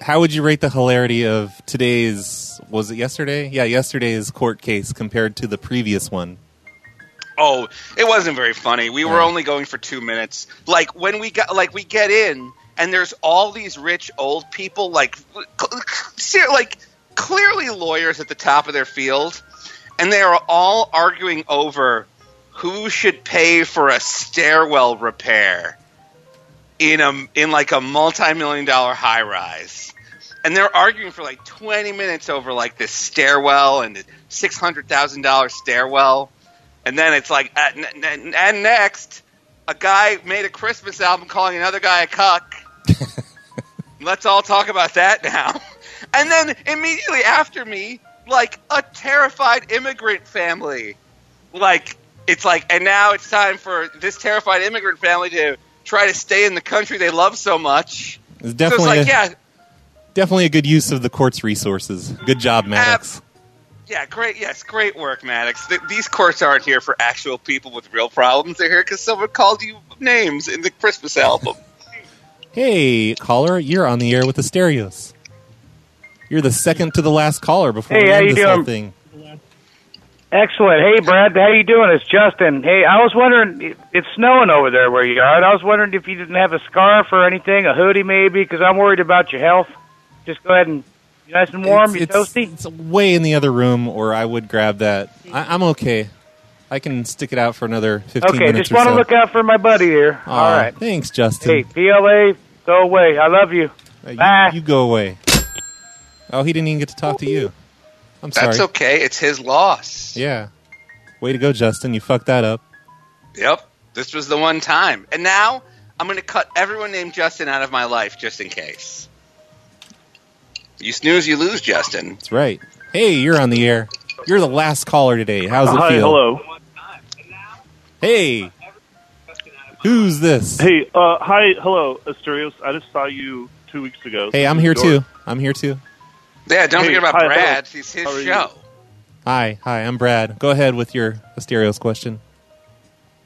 S1: How would you rate the hilarity of today's? Was it yesterday? Yeah, yesterday's court case compared to the previous one.
S3: Oh, it wasn't very funny. We were only going for two minutes. Like when we got, like we get in, and there's all these rich old people, like, cl- cl- ser- like clearly lawyers at the top of their field, and they are all arguing over who should pay for a stairwell repair in a in like a multi-million dollar high rise. And they're arguing for like 20 minutes over like this stairwell and the $600,000 stairwell. And then it's like, uh, n- n- and next, a guy made a Christmas album calling another guy a cuck.
S1: [LAUGHS]
S3: Let's all talk about that now. And then immediately after me, like a terrified immigrant family. Like, it's like, and now it's time for this terrified immigrant family to try to stay in the country they love so much.
S1: It's
S3: So it's
S1: definitely
S3: like,
S1: a,
S3: yeah,
S1: definitely a good use of the court's resources. Good job,
S3: Um,
S1: Maddox.
S3: Yeah, great. Yes, great work, Maddox. Th- these courts aren't here for actual people with real problems. They're here because someone called you names in the
S1: [LAUGHS]
S3: Christmas album.
S1: hey, caller, you're on the air with the stereos. You're the second to the last caller before
S20: Hey,
S1: we
S20: how
S1: end
S20: you
S1: this whole
S20: doing?
S1: thing.
S20: Excellent. Hey, Brad, how you doing? It's Justin. Hey, I was wondering, it's snowing over there where you are, and I was wondering if you didn't have a scarf or anything, a hoodie maybe, because I'm worried about your health. Just go ahead and you nice and warm. you
S1: It's- it's-
S20: toasty.
S1: It's way in the other room, or I would grab that. I, I'm okay. I can stick it out for another 15
S20: Okay,
S1: minutes
S20: just
S1: or
S20: want to
S1: so.
S20: look out for my buddy here.
S1: Aw,
S20: All right.
S1: Thanks, Justin.
S20: Hey, PLA, go away. I love you.
S1: Uh, you-
S20: Bye.
S1: You, go away. Oh, he didn't even get to talk to you. I'm sorry.
S3: That's okay. It's his loss.
S1: Yeah. Way to go, Justin. You fucked that up.
S3: Yep. This was the one time. And now I'm going to cut everyone named Justin out of my life just in case. You snooze, you lose, Justin.
S1: That's right. Hey, you're on the air. You're the last caller today. How's it
S15: Hi,
S1: feel?
S15: hello.
S1: Hey. Who's this?
S15: Hey, uh, hi, hello, Asterios. I just saw you two weeks ago.
S1: Hey, I'm here too. I'm here too.
S3: Yeah, don't
S15: Hey,
S3: forget about
S15: hi, hello.
S3: Brad. It's his
S15: How are you?
S3: show.
S1: Hi, hi, I'm Brad. Go ahead with your Asterios question.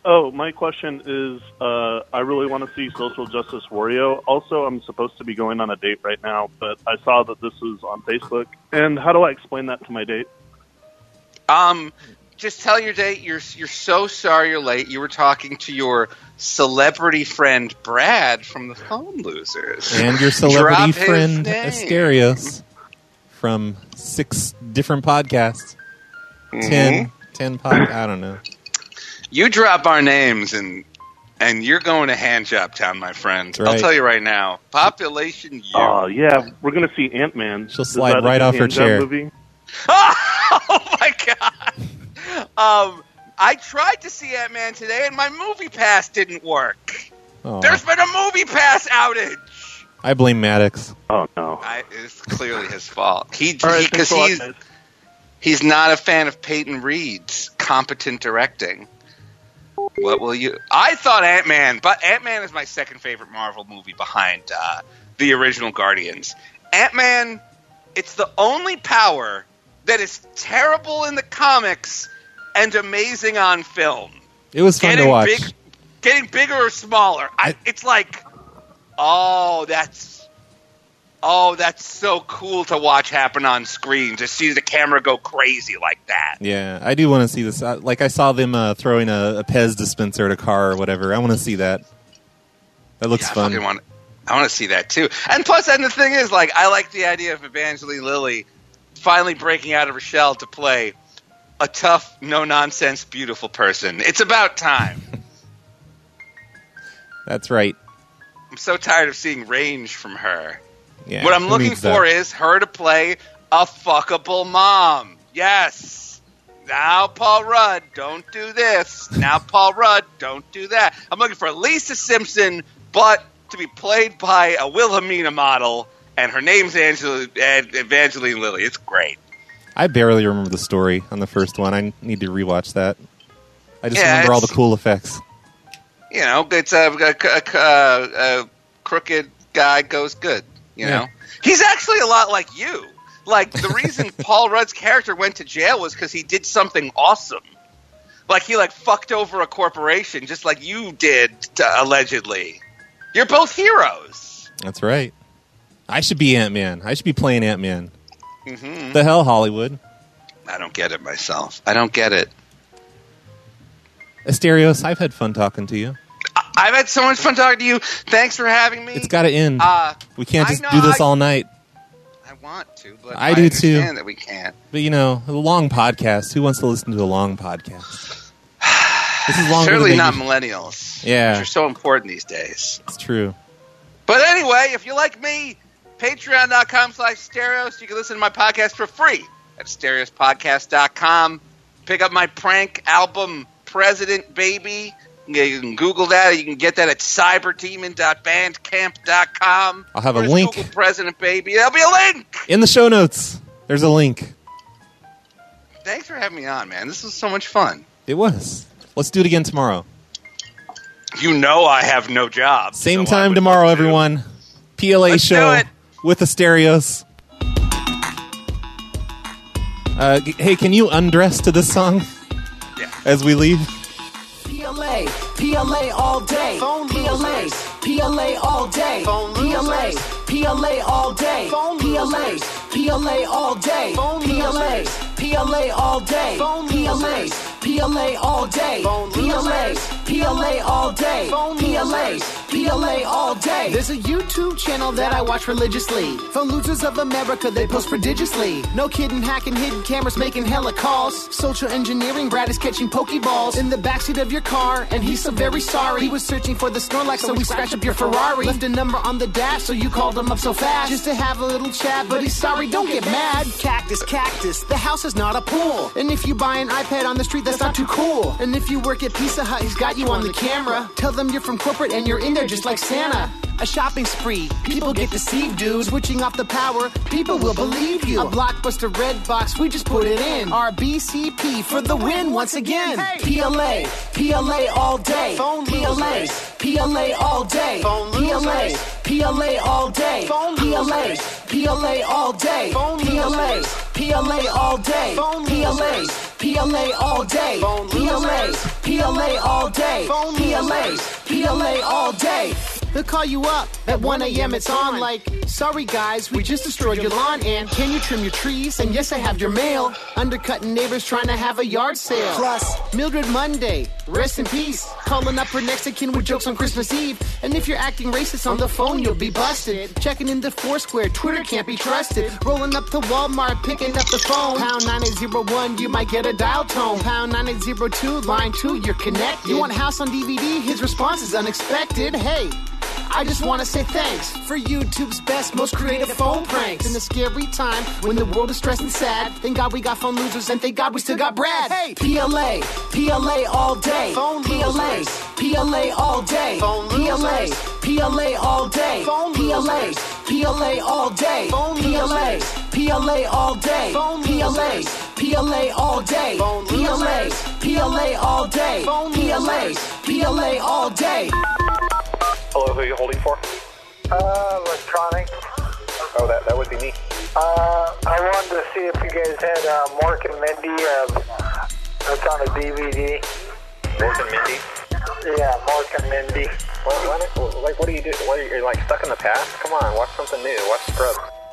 S15: Oh, my question is uh, I really want to see Social Justice Wario. Also, I'm supposed to be going on a date right now, but I saw that this was on Facebook. And how do I explain that to my date?
S3: Um, just tell your date you're you're so sorry you're late. You were talking to your celebrity friend Brad from the Phone Losers,
S1: And your
S3: Drop
S1: celebrity
S3: his
S1: friend
S3: name.
S1: Asterios from six different podcasts.
S3: Mm-hmm.
S1: Ten, ten pod. I don't know.
S3: You drop our names and and you're going to hand job town, my friend.
S1: That's
S3: I'll
S1: right.
S3: tell you right now, population. You.
S15: Oh, yeah, we're going to see Ant Man. She'll
S1: slide right off her chair.
S15: Movie?
S3: Um, I tried to see Ant Man today, and my movie pass didn't work.
S1: Oh,
S3: There's been a movie pass outage.
S1: I blame Maddox.
S15: Oh no.
S3: I, it's clearly his fault. He
S15: All right,
S3: because
S15: thanks a lot,
S3: he's
S15: guys.
S3: he's not a fan of Peyton Reed's competent directing. What will you? I thought Ant Man, but Ant Man is my second favorite Marvel movie behind uh, the original Guardians. Ant Man, it's the only power that is terrible in the comics and amazing on film.
S1: It was fun to
S3: Getting
S1: watch.
S3: big- getting bigger or smaller. I, it's like, oh, that's, oh, that's so cool to watch happen on screen to see the camera go crazy like that.
S1: Yeah, I do want to see this. I, like I saw them uh, throwing a, a Pez dispenser at a car or whatever. I want to see that. That looks
S3: I
S1: fun.
S3: fucking want. I want to see that too. And plus, and the thing is, like, I like the idea of Evangeline Lilly finally breaking out of her shell to play a tough, no nonsense, beautiful person. It's about time.
S1: That's right.
S3: I'm so tired of seeing range from her.
S1: Yeah.
S3: what I'm
S1: who
S3: looking
S1: needs that?
S3: for is her to play a fuckable mom. Yes. Now, Paul Rudd, don't do this. Now, [LAUGHS] Paul Rudd, don't do that. I'm looking for Lisa Simpson, but to be played by a Wilhelmina model, and her name's Angela, Ed- Evangeline Lilly. It's great.
S1: I barely remember the story on the first one. I need to rewatch that. I just
S3: Yeah,
S1: remember all the
S3: it's-
S1: cool effects.
S3: You know, it's a, a, a, a crooked guy goes good. You
S1: Yeah.
S3: know, he's actually a lot like you. Like the
S1: [LAUGHS]
S3: reason Paul Rudd's character went to jail was because he did something awesome. Like he like fucked over a corporation, just like you did uh, allegedly. You're both heroes.
S1: That's right. I should be Ant Man. I should be playing Ant Man.
S3: hmm
S1: The hell, Hollywood.
S3: I don't get it myself. I don't get it.
S1: Asterios, I've had fun talking to you.
S3: I've had so much fun talking to you. Thanks for having me.
S1: It's got to end.
S3: Uh,
S1: we can't
S3: I
S1: just
S3: know
S1: do this
S3: I-
S1: all night.
S3: I want to, but
S1: I
S3: I,
S1: do too.
S3: understand that we can't.
S1: But you know, a long podcast. Who wants to listen to a long podcast?
S3: [SIGHS]
S1: This is longer
S3: Surely
S1: than
S3: not
S1: you-
S3: millennials.
S1: Yeah.
S3: which are so important these days.
S1: It's true.
S3: But anyway, if you like me, patreon.com slash stereos. You can listen to my podcast for free at stereospodcast.com. Pick up my prank album, President Baby. You can Google that. Or you can get that at cyberdemon.bandcamp.com.
S1: I'll have a
S3: Just
S1: link.
S3: Google President Baby. There'll be a link.
S1: In the show notes, there's a link.
S3: Thanks for having me on, man. This was so much fun.
S1: It was. Let's do it again tomorrow.
S3: You know I have no job.
S1: Same time tomorrow, everyone. PLA show with Asterios. Uh, g- hey, can you undress to this song?
S3: Yeah.
S1: As we leave?
S5: PLA, PLA all day. PLA, PLA all day. PLA, PLA all day. PLA, PLA all day. PLA, PLA all day. PLA, PLA all day. PLA, PLA all day. PLA, PLA all day. There's a YouTube channel that I watch religiously. Phone losers of America, they post prodigiously. No kidding, hacking hidden cameras, making hella calls. Social engineering, Brad is catching pokeballs in the backseat of your car, and he's so very sorry. He was searching for the Snorlax, so we scratched up your Ferrari. Left a number on the dash, so you called him up so fast just to have a little chat. But he's sorry, don't get mad. Cactus, cactus, the house is not a pool. And if you buy an iPad on the street, that's not too cool. And if you work at Pizza Hut, he's got you on the camera. Tell them you're from corporate and you're in there just like Santa. A shopping spree. People get deceived, dude. Switching off the power, people will believe you. A blockbuster red box, we just put it in. Our BCP for the win once again. PLA, PLA all day. PLA, PLA all day. PLA, PLA all day. PLA, PLA all day. PLA, PLA all day. PLA, PLA all day. PLA, PLA all day. PLA, PLA all day. They'll call you up at 1 a.m. It's on like, sorry guys, we just destroyed your lawn and can you trim your trees? And yes, I have your mail. Undercutting neighbors trying to have a yard sale. Plus, Mildred Monday, rest in peace. Calling up her next of kin with jokes on Christmas Eve. And if you're acting racist on the phone, you'll be busted. Checking into Foursquare, Twitter can't be trusted. Rolling up to Walmart, picking up the phone. Pound 9801, you might get a dial tone. Pound 9802, line 2, you're connected. You want House on DVD? His response is unexpected. Hey. I just want to say thanks for YouTube's best, most creative phone pranks. In a scary time when the world is stressed and sad, thank God we got phone losers and thank God we still got Brad. Hey, PLA, PLA all day. Phone PLA, PLA all day. Phone PLA, PLA all day. Phone PLA, PLA all day. Phone PLA, PLA all day. Phone PLA, PLA all day. PLA, PLA all day. PLA, PLA all day.
S19: Hello, who are you holding for?
S12: Uh, electronic.
S19: Oh, that, that would be me.
S12: Uh, I wanted to see if you guys had uh, Mark and Mindy. Uh, that's on a DVD.
S19: Mork and Mindy.
S12: Yeah, Mark and Mindy.
S19: What, what, like, what do you do? What, you're like stuck in the past? Come on, watch something new. Watch Scrubs.